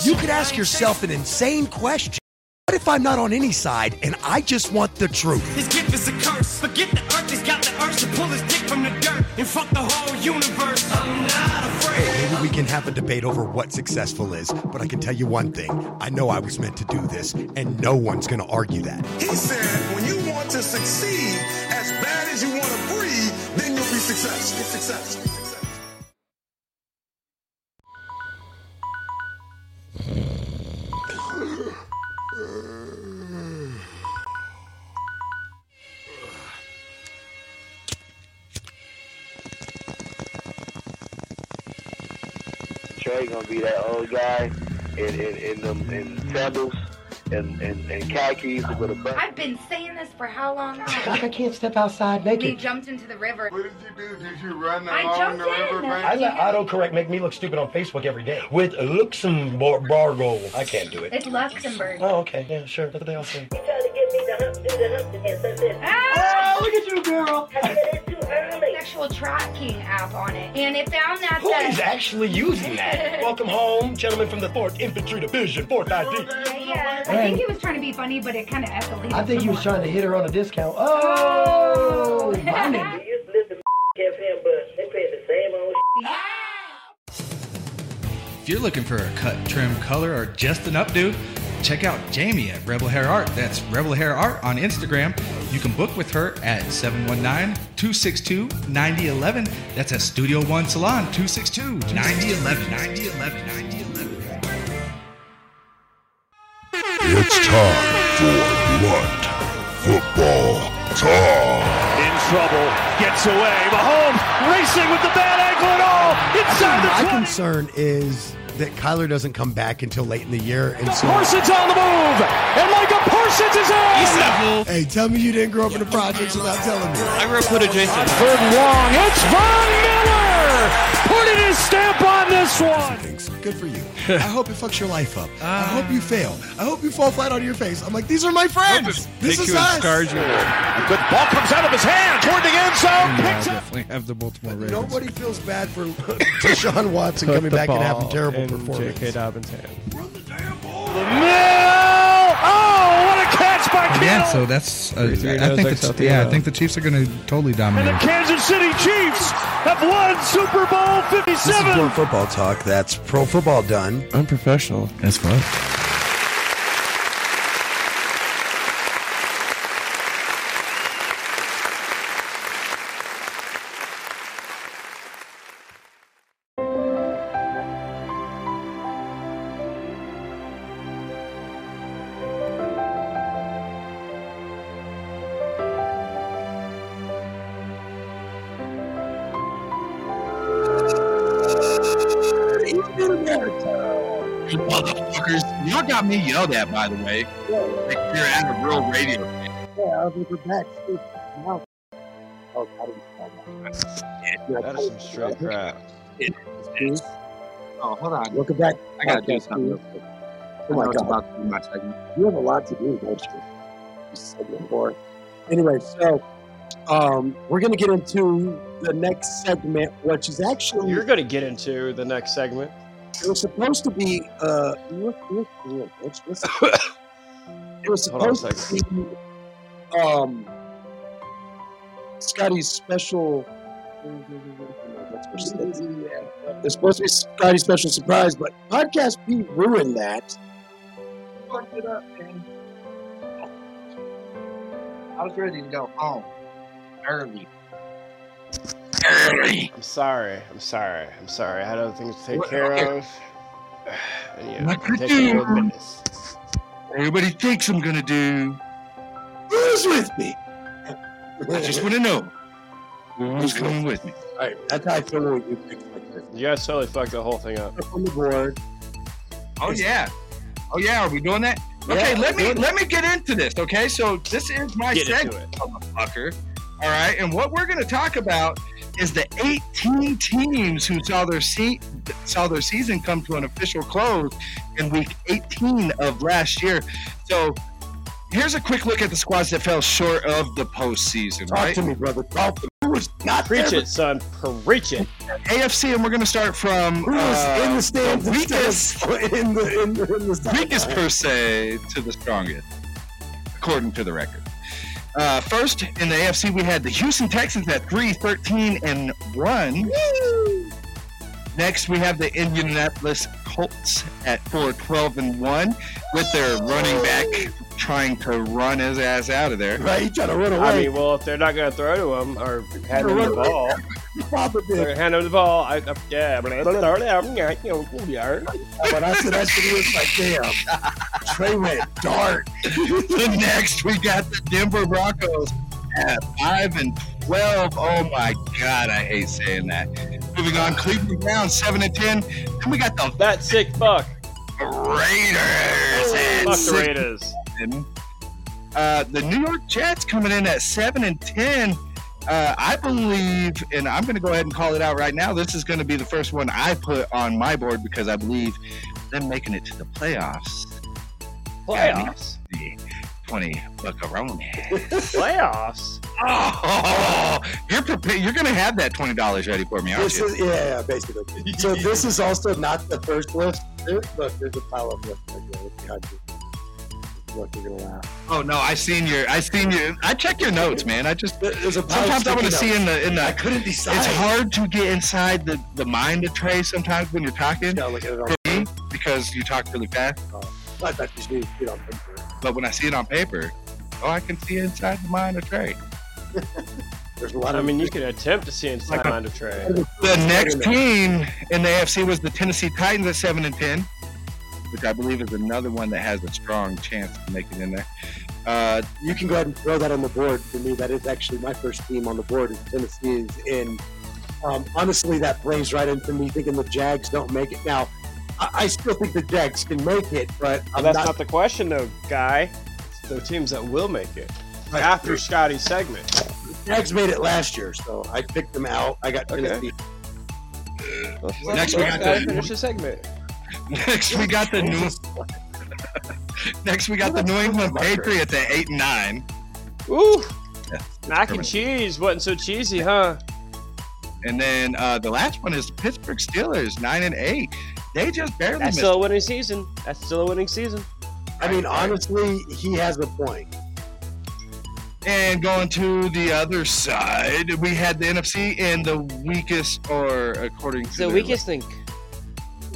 A: You could ask yourself an insane question. What if I'm not on any side and I just want the truth?
L: His gift is a curse. Forget the earth, he's got the urge to pull his dick from the dirt and fuck the whole universe. I'm not afraid.
A: Maybe we can have a debate over what successful is, but I can tell you one thing. I know I was meant to do this, and no one's going to argue that.
M: He said, when you want to succeed as bad as you want to breathe, then you'll be successful. Successful. successful.
L: Trey gonna be that old guy in in in them in sandals and and, and khakis with a button.
M: I've been saying this for how long?
C: Like I can't step outside
M: We
C: naked.
M: jumped into the river.
L: What did you do? Did you run
M: I
L: along
M: jumped
L: the
M: in.
L: river?
C: I let autocorrect make me look stupid on Facebook every day. With Luxembourgo. I can't do it.
M: It's Luxembourg.
C: Oh, okay. Yeah, sure. That's what they all say.
M: Ah!
C: Oh, look at you, girl.
M: Sexual tracking app on it, and it found that
C: Who is
M: the
C: actually using that? Welcome home, gentlemen from the 4th Infantry Division, 4th ID.
M: yeah, yeah. I think he was trying to be funny, but it kind of escalated.
C: I think he was
M: some
C: trying to hit her on a discount. Oh,
M: more.
C: my nigga.
M: Yeah.
J: If you're looking for a cut, trim, color, or just an updo,
N: check out Jamie at Rebel Hair Art. That's Rebel Hair Art on Instagram. You can book with her at 719-262-9011. That's at Studio One Salon, 262-9011. 9011. 9011.
M: It's time for Blunt Football Talk.
B: In trouble, gets away. Mahomes racing with the bad ankle and all inside the
A: My
B: 20.
A: concern is that Kyler doesn't come back until late in the year. And so,
B: Parsons on the move, and Micah Parsons is in.
A: hey, tell me you didn't grow up in the projects without telling me.
O: I grew up with Jason.
B: Third and long. It's Von Miller putting his stamp on this one.
A: Good for you. I hope it fucks your life up. I hope you fail. I hope you fall flat on your face. I'm like, these are my friends. This is us.
B: Good ball comes out of his hand toward the end zone.
J: Yeah, I
B: Picks up.
J: definitely have the Baltimore Ravens.
A: Nobody feels bad for Deshaun Watson
J: Put
A: coming
J: the
A: back and having
J: ball
A: terrible
J: in
A: performance.
J: J.K. Dobbins' hand.
B: The mill. Oh, what a catch by
J: Yeah,
B: Kittle.
J: so that's. Uh,
B: three,
J: I
B: no
J: think
B: sex
J: the,
B: out the
J: yeah, I
B: window.
J: think the Chiefs are going to totally
B: And
J: dominate.
B: the Kansas City Chiefs have won Super Bowl 57.
A: This is Pro Football Talk. That's Pro Football Done. Unprofessional.
J: That's fun.
G: You motherfuckers. Y'all got me yelled at, by the way. Like you're at a real radio.
C: Yeah, I'll be back. Oh, I didn't spell that.
I: That is some straight crap.
G: It is. Oh, hold on.
C: Look at that.
G: I gotta do something real
C: quick.
G: I
C: Oh my
G: know it's
C: god.
G: about to be my segment.
C: you have a lot to do, don't you? You said before. Anyway, so um, we're going to get into the next segment, which is actually
I: You're going to get into the next segment.
C: it was supposed to be. Uh, look, look, look, let's- let's- it was
I: Hold on a
C: supposed to be um, Scotty's special. It's supposed to be Scotty's special surprise, but podcast P ruined that.
D: Fucked it up, man. I was ready to go home early.
I: I'm sorry. I'm sorry. I'm sorry. I had other things to take
G: What-
I: care
G: okay.
I: of. And, you know,
G: What you
I: take care of
G: do?
I: business.
G: Everybody thinks I'm gonna do. Who's with me? I just want to know who's coming with me.
C: All right, that's how I feel when you pick like this.
I: You guys totally fucked the whole thing up.
C: On the board.
G: Oh yeah, oh yeah. Are we doing that? Okay,
I: Yeah,
G: let me
I: we're doing
G: let me get into this. Okay, so this is my
I: Get into
G: segment, motherfucker. All right, and what we're gonna talk about is the 18 teams who saw their se- saw their season come to an official close in week 18 of last year. So. Here's a quick look at the squads that fell short of the postseason.
C: Talk
G: right?
C: to me, brother. Talk to me. Who was not
I: Preach
G: there?
I: it, son. Preach it.
G: AFC, and we're going to start from
C: Who was in the stands
G: the
C: instead
G: weakest,
C: of in the in the, in the
G: weakest per se to the strongest, according to the record. Uh, first in the AFC, we had the Houston Texans at 3 13 and 1. Next, we have the Indianapolis Colts at 4 12 and 1 with their running back trying to run his ass out of there.
C: Right, he tried to run
I: I mean, well, if they're not going to throw to him or hand him the ball,
C: Probably
I: they're going to hand him the ball. I, I, yeah. blah, blah, blah, blah, blah, you know, yeah.
C: When I said that shit, it was like, damn, Trey went dark.
G: Next, we got the Denver Broncos at 5 and 12. Oh my God, I hate saying that. Moving on, Cleveland Browns 7 and 10. Then we got the
I: That sick fuck.
G: Raiders at
I: Fuck the
G: 6
I: Raiders.
G: and- Uh, the New York Jets coming in at 7 and 10. Uh, I believe, and I'm going to go ahead and call it out right now. This is going to be the first one I put on my board because I believe them making it to the playoffs.
I: Playoffs.
G: 20 buckaroni.
I: Playoffs.
G: Oh, you're prepared. You're gonna have that twenty dollars ready for me, aren't
C: This
G: you?
C: is, yeah, yeah, basically. So this is also not the first list. There, look, there's a pile of lists right there. It's behind you. Look, you're gonna laugh.
G: Oh no, I seen your, I seen your, I check your notes, man. I just
C: There's a pile of
G: sometimes I want to
C: sticky
G: see in
C: notes.
G: the in the.
C: I couldn't decide.
G: It's hard to get inside the the mind of Trey sometimes when you're talking.
C: Yeah, look at it all.
G: For me, because you talk really fast.
C: I thought you just needed to get on paper.
G: But when I see it on paper, oh, I can see inside the mind of Trey.
C: There's
G: a lot
I: I
G: of-
I: mean, you can attempt to see inside mind of Trey.
G: The next team in the AFC was the Tennessee Titans at seven and ten, which I believe is another one that has a strong chance of making it in there. Uh,
C: You can go ahead and throw that on the board. For me, that is actually my first team on the board. Is Tennessee is in. Um, honestly, that plays right into me thinking the Jags don't make it. Now, I, I still think the Jags can make it, but
I: Well,
C: I'm
I: that's
C: not,
I: not the question, though, guy. It's the teams that will make it after Scotty's segment.
C: Jags made it last year, so I picked them out. I got Tennessee.
G: Next we got
I: Gotta
G: the-
I: finish the segment.
G: next we got the New Next we got the New England Patriots at eight and nine.
I: Ooh,
G: Mac
I: mac and cheese wasn't so cheesy, huh?
G: And then uh, the last one is Pittsburgh Steelers nine and eight. They just barely
I: That's
G: missed.
I: still a winning season. That's still a winning season.
C: I mean, honestly, he has a point.
G: And going to the other side, we had the NFC and the weakest, or according to
I: The
G: their
I: weakest link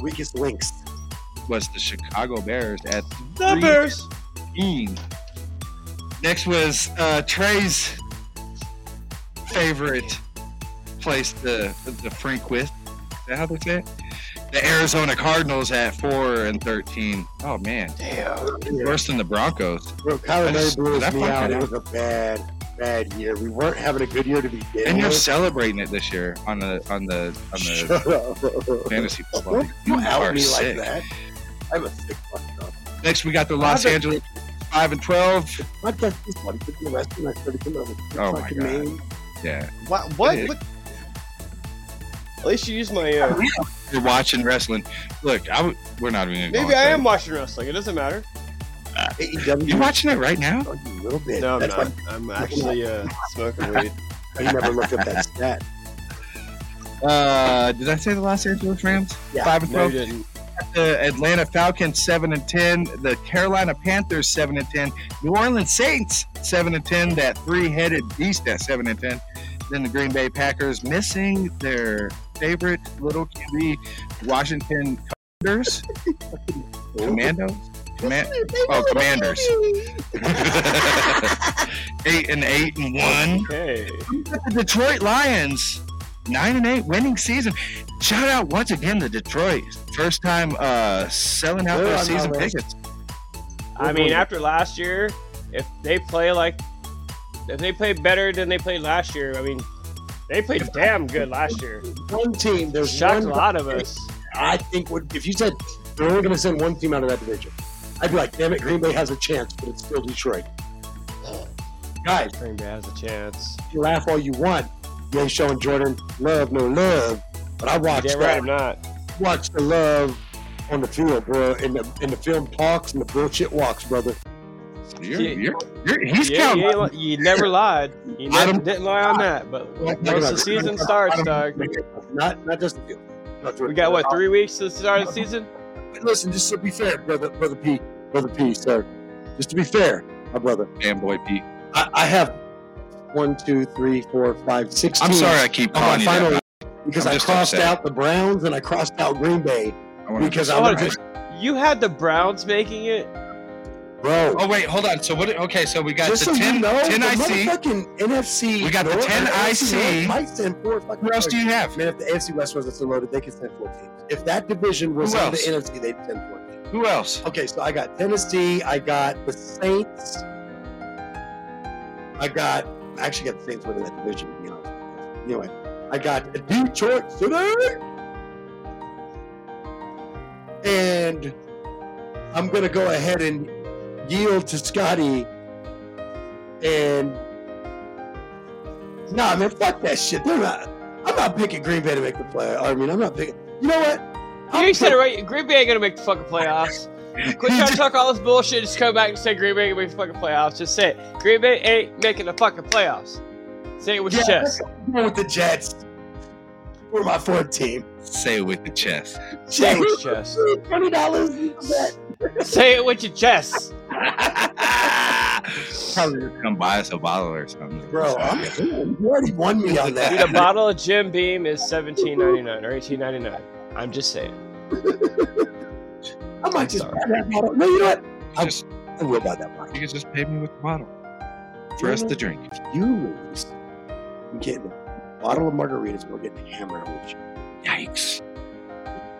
C: weakest links
G: was the Chicago Bears at
I: The Bears.
G: 13. Mm. Next was uh, Trey's favorite place to, to frink with. Is that how they say it? The Arizona Cardinals at four and thirteen. Oh man,
C: Damn.
G: worse than the Broncos.
C: Bro, Kyler Murray
G: That's-
C: blew
G: that
C: us me
G: fucking
C: out. It
G: happened.
C: was a bad, bad year. We weren't having a good year to begin
G: And you're
C: with.
G: celebrating it this year on the on the on the fantasy football.
C: Don't you out me
G: sick.
C: like that. I'm a sick fucker.
G: Next, we got the Los
C: I've
G: Angeles five and twelve.
C: I got this one. Took the rest and I started coming up with
G: Oh, my
C: fucking
G: God.
C: names.
G: Yeah,
I: What?
G: what?
I: At least you used my. Uh,
G: you're watching wrestling. Look, I w- we're not even. Going
I: maybe I am watching wrestling. It doesn't matter.
C: AEW.
G: You watching it right now?
C: A little bit.
I: No, I'm
C: That's
I: not.
C: why-
I: I'm actually uh, smoking weed.
C: I never looked up that stat.
G: Uh, did I say the Los Angeles Rams?
C: Yeah.
G: Five and
C: No, you
G: twelve. The Atlanta Falcons seven and ten. The Carolina Panthers seven and ten. New Orleans Saints seven and ten. That three-headed beast at seven and ten. Then the Green Bay Packers missing their favorite little QB, Washington Commanders. Commandos. Command- oh, Commanders. eight and eight and one.
I: Hey.
G: The Detroit Lions, nine and eight, winning season. Shout out once again to Detroit. First time uh, selling out
I: They're
G: their
I: on my
G: season
I: list.
G: tickets.
I: I mean, after last year, if they play like, if they play better than they played last year, I mean, they played damn good last year.
C: One team. There's
I: Shocked
C: one
I: a lot of us.
C: I think would if you said they're only going to send one team out of that division, I'd be like, damn it, Green Bay has a chance, but it's still Detroit. Guys,
I: Green Bay has a chance.
C: You laugh all you want. You ain't showing Jordan love, no love. But I watched
I: Damn right
C: that.
I: I'm not.
C: Watch the love on the field, bro. And the and the film talks and the bullshit walks, brother.
G: You're,
I: Yeah.
G: you're, you're, he's
I: Yeah,
G: counting.
I: You, ain't li- you never lied. You
C: I
I: never,
C: don't-
I: didn't lie on that. But once the season starts, dog,
C: Not not just the field. Not
I: we got what three weeks to the start of the season.
C: Listen, just to be fair, brother, brother P, brother P, sir. Just to be fair, my brother.
G: Fanboy Pete.
C: I, I have one, two, three, four, five, six.
G: I'm
C: teams
G: sorry I keep
C: on
G: calling
C: my
G: you that,
C: final
G: but
C: because
G: I'm
C: I
G: just
C: crossed
G: upset.
C: out the Browns and I crossed out Green Bay
G: wanna-
C: because I
G: Hold
C: was
G: on,
C: just
I: You had the Browns making it.
C: bro.
G: Oh wait, hold on. So what? Okay, so we got
C: Just
G: the
C: so
G: 10,
C: you know,
G: 10
C: the
G: IC.
C: motherfucking NFC.
G: We got the
C: North-
G: 10
C: NFC North
G: IC.
C: might send four fucking
G: Who else do you
C: teams.
G: have?
C: Man, if the AFC West wasn't so loaded, they could send four teams. If that division was
G: Who
C: on the
G: else?
C: NFC, they'd send four teams.
G: Who else?
C: Okay, so I got Tennessee. I got the Saints. I got I actually got the Saints winning that division. To be honest, with you. anyway, I got Detroit City, and I'm gonna go ahead and yield to Scotty. And nah, man, fuck that shit. They're not. I'm not picking Green Bay to make the play. I mean, I'm not picking. You know what?
I: You ain't said it right. Green Bay ain't gonna make the fucking playoffs. Quit trying to talk all this bullshit. Just come back and say Green Bay ain't gonna make the fucking playoffs. Just say it. Green Bay ain't making the fucking playoffs. Say it with your
C: Yeah,
I: chest.
C: I'm going with the Jets. We're my fourth team.
G: Say it with the chest.
I: Say it with your chest.
C: Twenty dollars.
I: Say it with your chest.
G: Probably just come buy us a bottle or something.
C: Bro, I'm, you already won me on
I: Dude, a
C: that.
I: bottle of Jim Beam is seventeen ninety nine or eighteen ninety nine. I'm just saying.
C: I might just buy that bottle. No, you know what? I'll, I will buy that bottle.
G: You can just pay me with the bottle. For us to drink.
C: If you lose, I'm getting a bottle of margaritas. We're getting hammered with you. Yikes.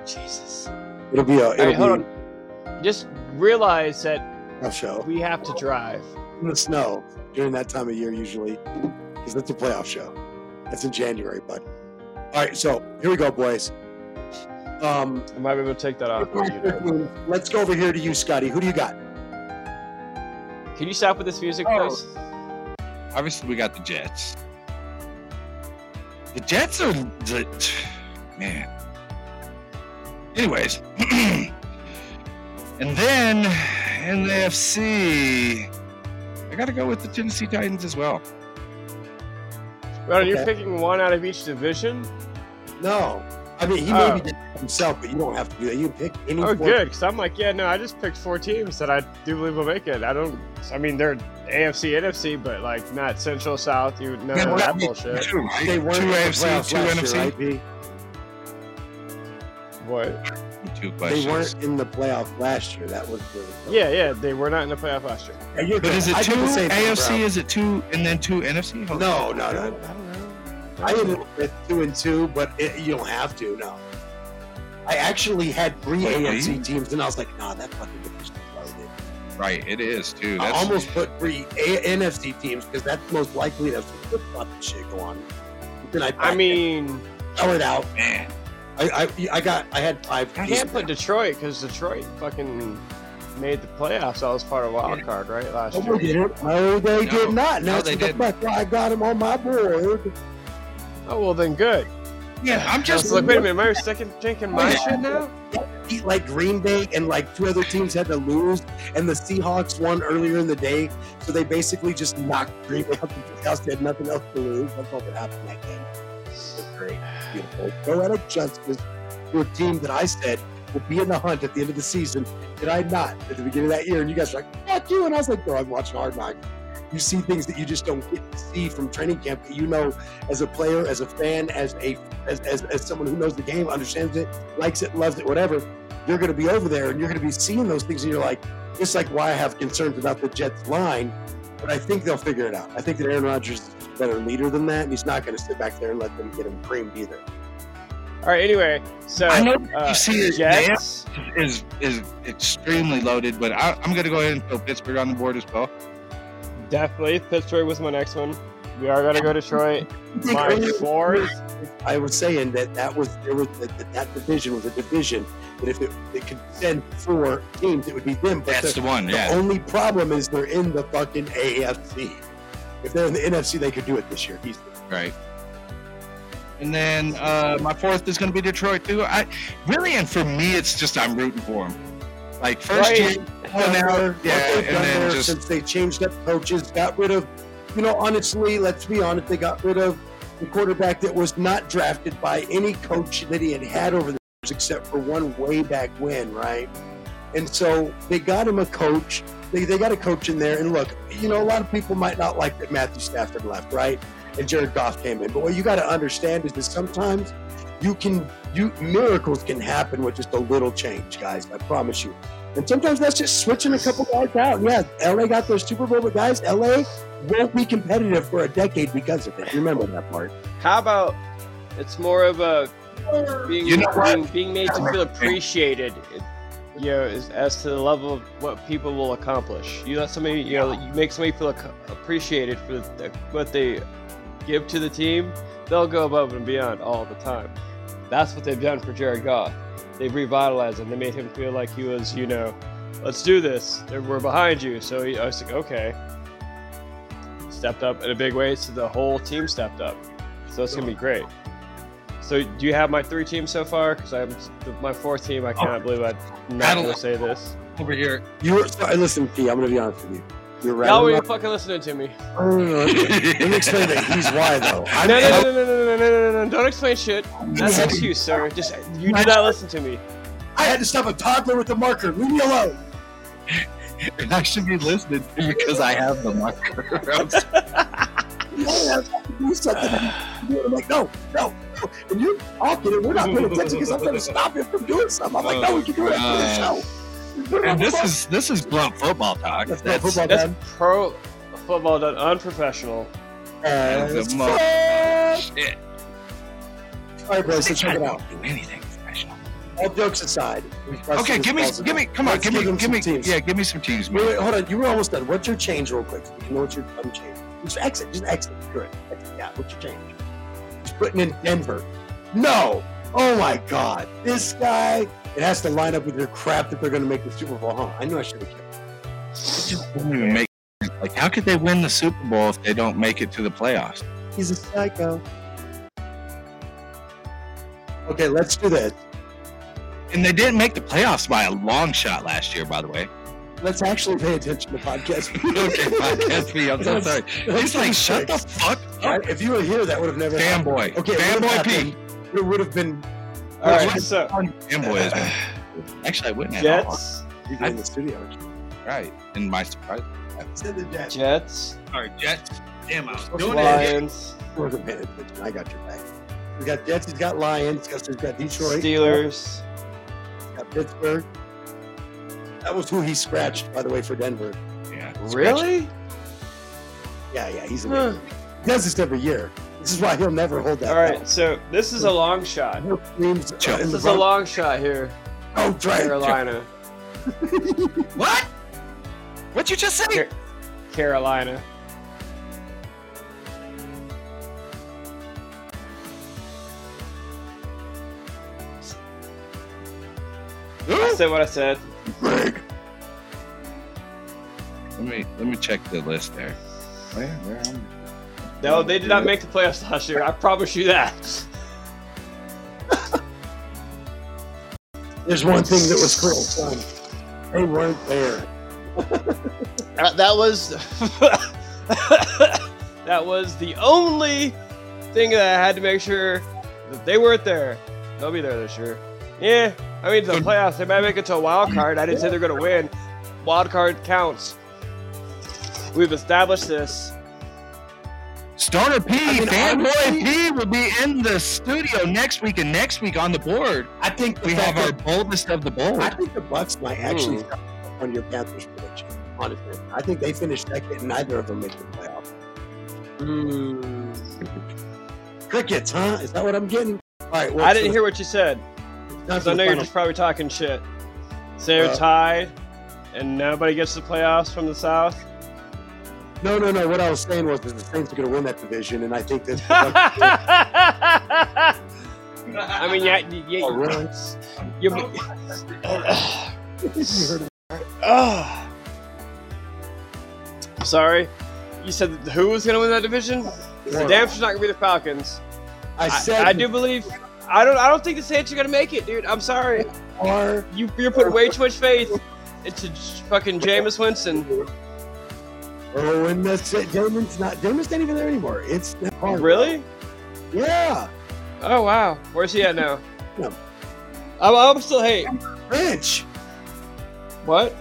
I: Jesus.
C: It'll be a.
I: All right,
C: It'll
I: hold
C: be
I: on. Just realize that
C: a show.
I: we have to drive.
C: in the snow during that time of year usually because that's a playoff show. That's in January, bud. All right, so here we go, boys. Um,
I: I might be able to take that off.
C: Let's go over here to you, Scotty. Who do you got?
I: Can you stop with this music, please?
G: Obviously, we got the Jets. The Jets are the man. Anyways, and then in the FC, I got to go with the Tennessee Titans as well.
I: Ron, you're
C: Okay.
I: picking one out of each division?
C: No, I mean he
I: Oh.
C: maybe did it himself, but you don't have to do that. You pick any.
I: Oh,
C: four-
I: good. Because I'm like, yeah, no, I just picked four teams that I do believe will make it. I don't. I mean, they're AFC, NFC, but like not Central, South. You know
G: Yeah,
I: that
G: I mean,
I: bullshit.
G: two, right?
C: They weren't
G: Two
C: in the
G: AFC,
C: playoffs
G: two
C: last year,
G: NFC.
C: right, B?
I: What?
G: Two
C: They
G: questions.
C: weren't in the playoff last year. That was the.
I: Yeah, yeah, they were not in the playoff last year.
C: Yeah, you're
G: But
C: good.
G: is it
C: I
G: two
C: did the same thing,
G: AFC?
C: bro.
G: Is it two and then two NFC? Hold
C: No,
G: on.
C: no, no. I ended up with two and two, but it, you don't have to. No, I actually had three
G: Wait,
C: AFC
G: really?
C: teams, and I was like, nah, that fucking division's loaded.
G: Right, it is too.
C: I
G: That's,
C: almost put three A- NFC teams because that's most likely that's what flip flop and shit go on. But then I,
I: I mean,
C: throw it out.
G: man.
C: I, I, I got I had five.
I: I
C: teams.
I: can't put Detroit because Detroit fucking made the playoffs. I was part of wild card, right? Last
C: No,
I: year.
C: they didn't. No, they did not.
G: No,
C: Now
G: they
C: they did.
G: didn't.
C: Fuck, I got them on my board.
I: Oh well, then good.
G: yeah, I'm
I: Just
G: just
I: like, wait a minute, am I second drinking
C: Oh,
I: my shit now?
C: beat like Green Bay and like two other teams had to lose, and the Seahawks won earlier in the day. So they basically just knocked Green Bay out the playoffs. They had nothing else to lose. That's all that happened in that game. It was great, beautiful. Poetic justice to a team that I said will be in the hunt at the end of the season. Did I not at the beginning of that year? And you guys were like, "Fuck you!" And I was like, "No, I'm watching Hard Knocks." You see things that you just don't get to see from training camp that you know as a player, as a fan, as a as, as, as someone who knows the game, understands it, likes it, loves it, whatever you're going to be over there and you're going to be seeing those things. And you're like, it's like why I have concerns about the Jets line, but I think they'll figure it out. I think that Aaron Rodgers is a better leader than that, and he's not going to sit back there and let them get him creamed either.
I: All right. Anyway, so
G: I know
I: uh,
G: you see it,
I: Jets.
G: is is extremely loaded, but I, I'm going to go ahead and throw Pittsburgh on the board as well.
I: Definitely Pittsburgh was my next one. We are gonna go Detroit. My fourth.
C: I was saying that that was there was that, that, that division was a division that if it, it could send four teams, it would be them. But
G: That's the one, yeah.
C: only problem is they're in the fucking AFC. If they're in the NFC, they could do it this year. He's
G: Right. And then uh, my fourth is going to be Detroit too. I really and for me, it's just I'm rooting for them. Like first
I: Right.
G: year, one hour,
C: What
G: yeah,
C: they've
G: and
C: done
G: then
C: there
G: just
C: since they changed up coaches, got rid of, you know, honestly, let's be honest, they got rid of the quarterback that was not drafted by any coach that he had had over the years, except for one way back when, right? And so they got him a coach. They, they got a coach in there. And look, you know, a lot of people might not like that Matthew Stafford left, right? And Jared Goff came in. But what you got to understand is that sometimes you can, you miracles can happen with just a little change, guys. I promise you. And sometimes that's just switching a couple guys out. Yeah, LA got their Super Bowl, but guys, LA won't be competitive for a decade because of it. Remember that part.
I: How about it's more of a being
G: You know what?
I: being, being made to feel appreciated. You know, as, as to the level of what people will accomplish. You let somebody, you know, you make somebody feel ac- appreciated for the, what they give to the team. They'll go above and beyond all the time. That's what they've done for Jared Goff. They've revitalized him. They made him feel like he was, you know, let's do this. They We're behind you. So he, I was like, okay. Stepped up in a big way, so the whole team stepped up. So it's gonna be great. So do you have my three teams so far? Because I'm my fourth team. I cannot believe I'm not
G: Battle-
I: gonna say this.
G: over here.
C: You were, sorry, listen, P, I'm going to be honest with you. You're right.
I: Y'all were fucking listening to me.
C: Let me explain that he's why, though.
I: No,
C: I'm,
I: no, no, no, no, no, no, no, no, no! Don't explain shit. That's an excuse, sir. Just you did not listen to me.
C: I had to stop a toddler with a marker. Leave me alone.
G: And I should be listening to you because I have the marker. I'm sorry.
C: You have to do something. I'm like, no, no, no. And you're talking, and we're not paying attention because I'm going to stop him from doing something. I'm like, no, we can do it after the show.
G: And this is this is blunt football talk. That's,
I: That's pro football done unprofessional.
G: that is the most shit.
C: All right, boys, so check it out.
G: Do anything professional.
C: All jokes aside.
G: Okay, give me, give me, come on, give me, give me, yeah, give me some teams.
C: Wait,
G: man.
C: wait, hold on. You were almost done. What's your change, real quick? You know what your um, change? Just exit. Just exit. Good. Exit. Yeah. What's your change? Just putting in Denver. No. Oh my God. This guy. It has to line up with your crap that they're going to make the Super Bowl. Huh? I knew I should have kept.
G: Doesn't even make sense. like how could they win the Super Bowl if they don't make it to the playoffs?
C: it. He's a psycho. Okay, let's do this.
G: And they didn't make the playoffs by a long shot last year, by the way.
C: Let's actually pay attention to podcast.
G: okay, podcast me. I'm so sorry. He's like, shut the fuck up.
C: If you were here, that would have never.
G: Fanboy.
C: happened. Okay,
G: Fanboy
C: P. It would have been.
I: All right, so
G: Fanboy has been. Actually, I wouldn't have.
I: Jets,
C: He's in the studio.
G: Right. In my surprise.
C: Said the Jets.
I: Jets,
G: Sorry, Jets. Damn, I was doing it.
I: Lions,
C: Wasn't paying attention. I got your back. We got Jets. He's got Lions. He's got, he's got Detroit.
I: Steelers.
C: He's got Pittsburgh. That was who he scratched, by the way, for Denver.
G: Yeah.
I: Really?
C: Yeah, yeah. He's a
I: Huh.
C: he does this every year. This is why he'll never hold that.
I: All right, so this is a long shot. This is a long shot here,
C: Oh, right.
I: Carolina.
G: What? What you just say?
I: Carolina. I said what I said.
G: Let me let me check the list there.
C: Oh,
G: Where, where am
I: No, they did not make the playoffs last year. I promise you that.
C: There's one thing that was cruel. son. They weren't there.
I: Uh, that was that was the only thing that I had to make sure that they weren't there. They'll be there this year. Yeah, I mean the playoffs. They might make it to a wild card. I didn't say they're going to win. Wild card counts. We've established this.
G: I? Starter P,
C: mean, honestly-
G: Fanboy P will be in the studio next week and next week on the board.
C: I think the
G: We
C: fact
G: have our
C: that-
G: boldest of the
C: I
G: bold.
C: think the Bucks might actually
I: Hmm.
C: stop on your Panthers prediction. Honestly, I think they finished second, and neither of them make the playoff. Crickets, huh? Is that what I'm getting? All right. Well,
I: I didn't hear what you said. 'cause I know you're just probably talking shit. Say you're
C: Uh,
I: tied, and nobody gets the playoffs from the South.
C: No, no, no. What I was saying was that the Saints are going to win that division, and I think that.
I: I mean, yeah, yeah, yeah
C: oh, really? you
I: you
C: heard it.
I: Ugh. Sorry, you said that who was going to win that division?
C: Yeah.
I: Damn sure not going to be the Falcons.
C: I said.
I: I, do believe. I don't. I don't think the Saints are going to make it, dude. I'm sorry.
C: Are
I: You you're putting way too much faith into j- fucking Jameis Winston.
C: oh, and that's it. Damon's not. Damon's not even there anymore. It's not hard.
I: Really?
C: Yeah.
I: Oh wow. Where's he at now?
C: Yeah.
I: I'm, I'm still hate.
C: Bench.
I: What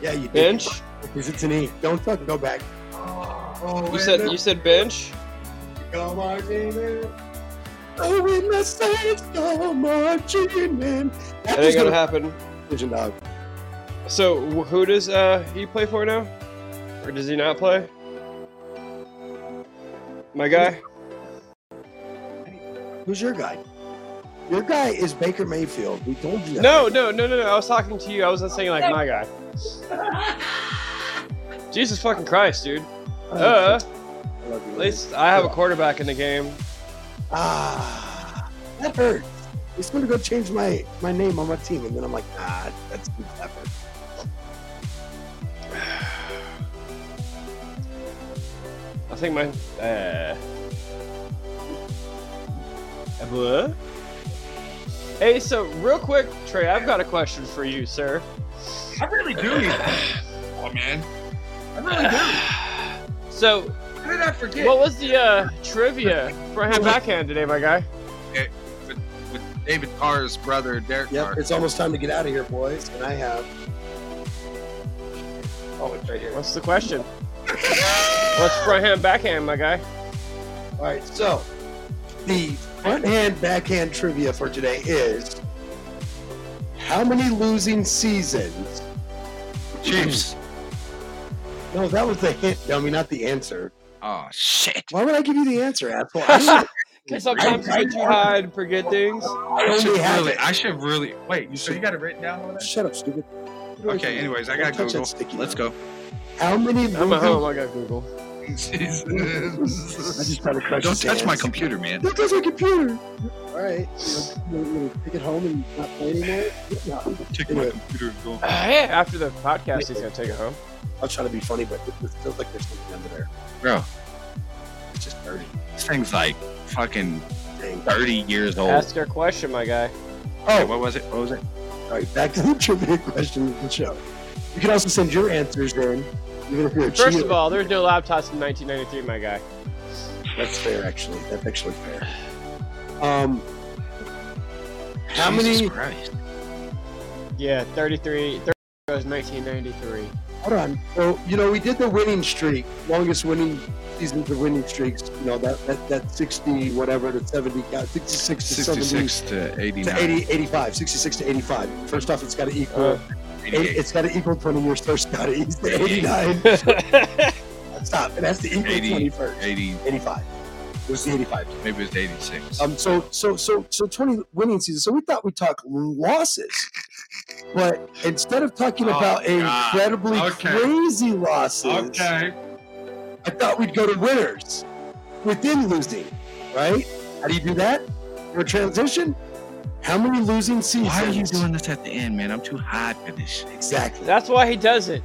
C: Yeah, you did.
I: bench?
C: Because it's an E. Don't fucking go back. Oh,
I: You said you said bench.
C: Go marching in. Oh, in the Saints go marching in.
I: That
C: That's
I: ain't
C: just gonna
I: gonna happen.
C: happen, dog.
I: So wh- who does uh he play for now, or does he not play? My guy.
C: Who's your guy? Your guy is Baker Mayfield. We told you. that.
I: No, no, no, no, no. I was talking to you. I wasn't saying like my guy. Jesus fucking Christ, dude.
C: Oh,
I: Uh,
C: I love you,
I: at
C: man.
I: least I have a quarterback in the game.
C: Ah, that hurts. He's going to go change my my name on my team, and then I'm like, ah, that's too clever.
I: I think my uh. What? Hey, so real quick, Trey, I've got a question for you, sir.
G: I really do need that. Oh man. I really do.
I: So
G: How did I forget?
I: What was the uh, trivia front hand backhand today, my guy?
G: with, with David Carr's brother, Derek
C: Yep,
G: Carr.
C: it's almost time to get out of here, boys. And I have. Oh, it's right here.
I: What's the question? What's front hand backhand, my guy?
C: All right, so the front hand backhand trivia for today is How many losing seasons? Chiefs. No, that was the hint, dummy, not the answer.
G: Oh shit!
C: Why would I give you the answer, asshole? I-
I: Because sometimes you get too high and forget things.
G: I should really. I should really. Wait. You, so you got it written down over there?
C: Shut up, stupid.
G: Okay. Anyways, I got
C: Don't touch that
G: Google. Let's go.
C: How many?
I: I'm at
C: losing-
I: home. I got Google.
C: I just tried to crush
G: Don't
C: his
G: touch
C: hands.
G: my computer, man.
C: Don't touch my computer. All right, you want me to pick it home and not play anymore? No.
G: Take my computer and go.
I: Uh, yeah, after the podcast, he's gonna take it home.
C: I'll try to be funny, but it it feels like there's something under there.
G: Bro,
C: It's just dirty.
G: this thing's like fucking 30 years old.
I: Ask your question, my guy.
G: oh, what was it? What was it?
C: All right, back to the trivia question of the show. You can also send your answers in, even if you're a
I: First
C: cheater.
I: of all, there's no laptops in 1993, my guy.
C: That's fair, actually. That's actually fair. Um, how
I: Jesus
C: many?
I: Yeah, 33. 33 was 1993.
C: Hold on. So you know, we did the winning streak, longest winning seasons of winning streaks. You know that that, that sixty whatever to seventy, uh, sixty-six to
G: 66
C: seventy
G: to
C: to
G: 89.
C: 80, 85, 66 to eighty-five. First off, it's got to equal.
G: Uh,
C: eight- it's got to equal twenty years first. Got to equal
G: 88.
C: eighty-nine. Stop. It has to equal
G: 80,
C: twenty first.
G: 80,
C: 85. It was the 85.
G: Maybe it's 86.
C: Um, so so so so twenty winning season. So we thought we'd talk losses, but instead of talking
G: Oh,
C: about
G: God.
C: incredibly
G: Okay.
C: crazy losses,
G: Okay.
C: I thought we'd go to winners within losing, right? How do you do that? Your transition. How many losing seasons?
G: Why are you doing this at the end, man? I'm too high for this shit.
C: exactly?
I: That's why he does it.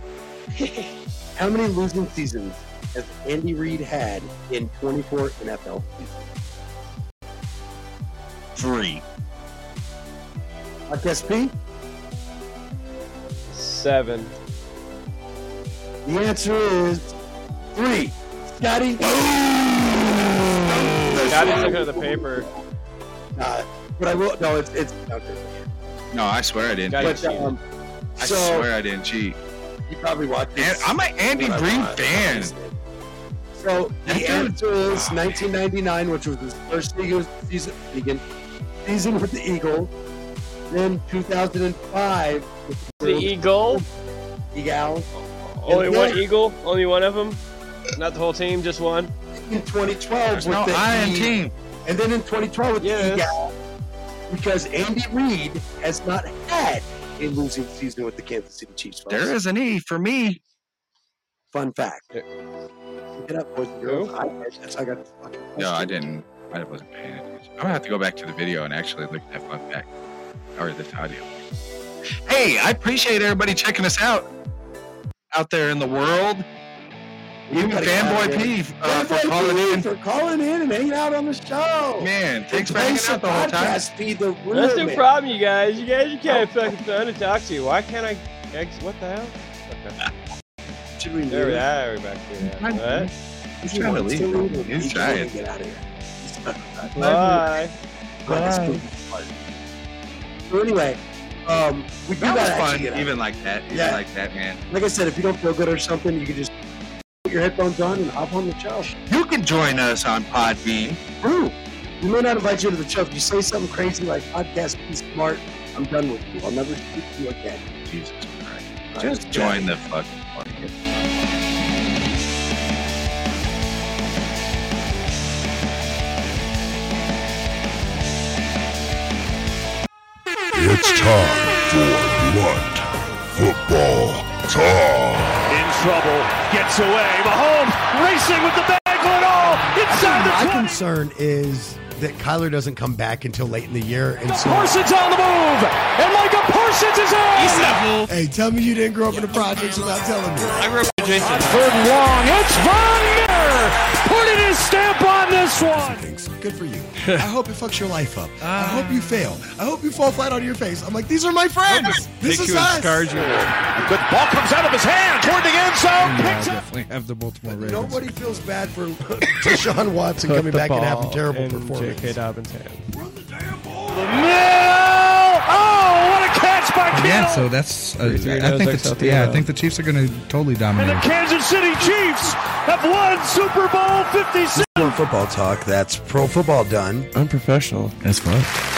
C: How many losing seasons has Andy Reid had in 24 NFL seasons?
G: Three.
C: I guess P.
I: Seven.
C: The answer is three. Scotty.
I: Scotty's looking at the paper.
C: Uh, but I will. No, it's it's. Okay.
G: No, I swear I didn't.
C: But,
G: cheat.
C: um,
G: I
C: so
G: swear I didn't cheat.
C: you probably watched.
G: And
C: this.
G: I'm an Andy
C: What I
G: Green
C: watched.
G: fan.
C: So
G: That
C: the
G: dude-
C: answer is 1999, which was his first Eagles season. Begin season with the Eagles. Then 2005. With
I: The Eagle.
C: Eagles.
I: Only
C: And
I: one
C: then
I: Eagle. Only one of them. Not the whole team, just one.
C: In 2012
G: There's
C: with
G: no
C: the
G: I in
C: E-
G: team.
C: And then in 2012 with
I: Yeah.
C: the Eagles, because Andy Reid has not had a losing season with the Kansas City Chiefs. folks.
G: There is an E for me.
C: Fun fact. Look it up, boys and girls. I, that's- I got this fucking
G: No, I
C: question.
G: didn't. I wasn't paying attention. I'm gonna have to go back to the video and actually look at that fun fact or this audio. Hey, I appreciate everybody checking us out out there in the world.
C: You
G: Even
C: gotta get out
G: fanboy
C: of
G: P
C: here.
G: uh,
C: Fanboy
G: for calling
C: P
G: in.
C: for calling in and hanging out on the show.
G: Man, thanks for
C: Thanks
G: hanging
C: for
G: out the whole time.
C: podcast, P, the real
I: That's no
C: man.
I: problem, you guys. You guys are kind of fucking fun to talk to. Why can't I? ex- What the hell? Okay.
C: Should we
I: There
C: leave?
I: we are. We're back here. now. What?
G: He's
C: He
G: trying to
C: wants
G: leave.
C: leave and
G: He's
C: he can't
G: trying.
C: Get out of here.
I: Bye.
C: God, that's
G: Bye.
C: cool. So anyway, um, we do
G: That was
C: gotta actually
G: fun,
C: get out.
G: even like that. Even
C: Yeah.
G: like that, man.
C: Like I said, if you don't feel good or something, you can just put your headphones on and hop on the show.
G: You can join us on Podbean.
C: Ooh, we may not invite you to the show. If you say something crazy like podcast, be smart, I'm done with you. I'll never speak to you again.
G: Jesus Christ.
C: All right,
G: Just
C: okay.
G: join the fucking party.
M: It's time for blunt football talk.
B: In trouble, gets away. Mahomes racing with the bag on all inside the
A: My
B: 20.
A: concern is that Kyler doesn't come back until late in the year, and so.
B: Parsons on the move, and Micah Parsons is on.
A: Hey, tell me you didn't grow up in the projects without telling me.
F: I grew up with Jason.
B: Third and long. It's Von Miller putting his stamp on this one.
A: Thanks. Good for you. I hope it fucks your life up. I
G: Ah.
A: hope you fail. I hope you fall flat on your face. I'm like, these are my friends. This is us.
B: Good ball comes out of his hand toward the end zone. Picks up.
J: definitely have the Baltimore Ravens.
A: Nobody feels bad for Deshaun Watson
K: Put
A: coming
K: the
A: back and
K: ball
A: having terrible
K: in
A: performance.
K: J.K. Dobbins' hand.
B: Mill. Oh, what a catch by
J: Yeah,
B: Kittle.
J: so that's. Uh,
K: Three, three,
J: I think
K: that's
J: the
K: like
J: t- yeah, I
G: uh,
K: South
J: think the Chiefs are going to totally
B: and
J: dominate.
B: the Kansas City Chiefs have won Super Bowl 56.
A: Football talk. That's pro football done.
K: Unprofessional.
J: That's fun.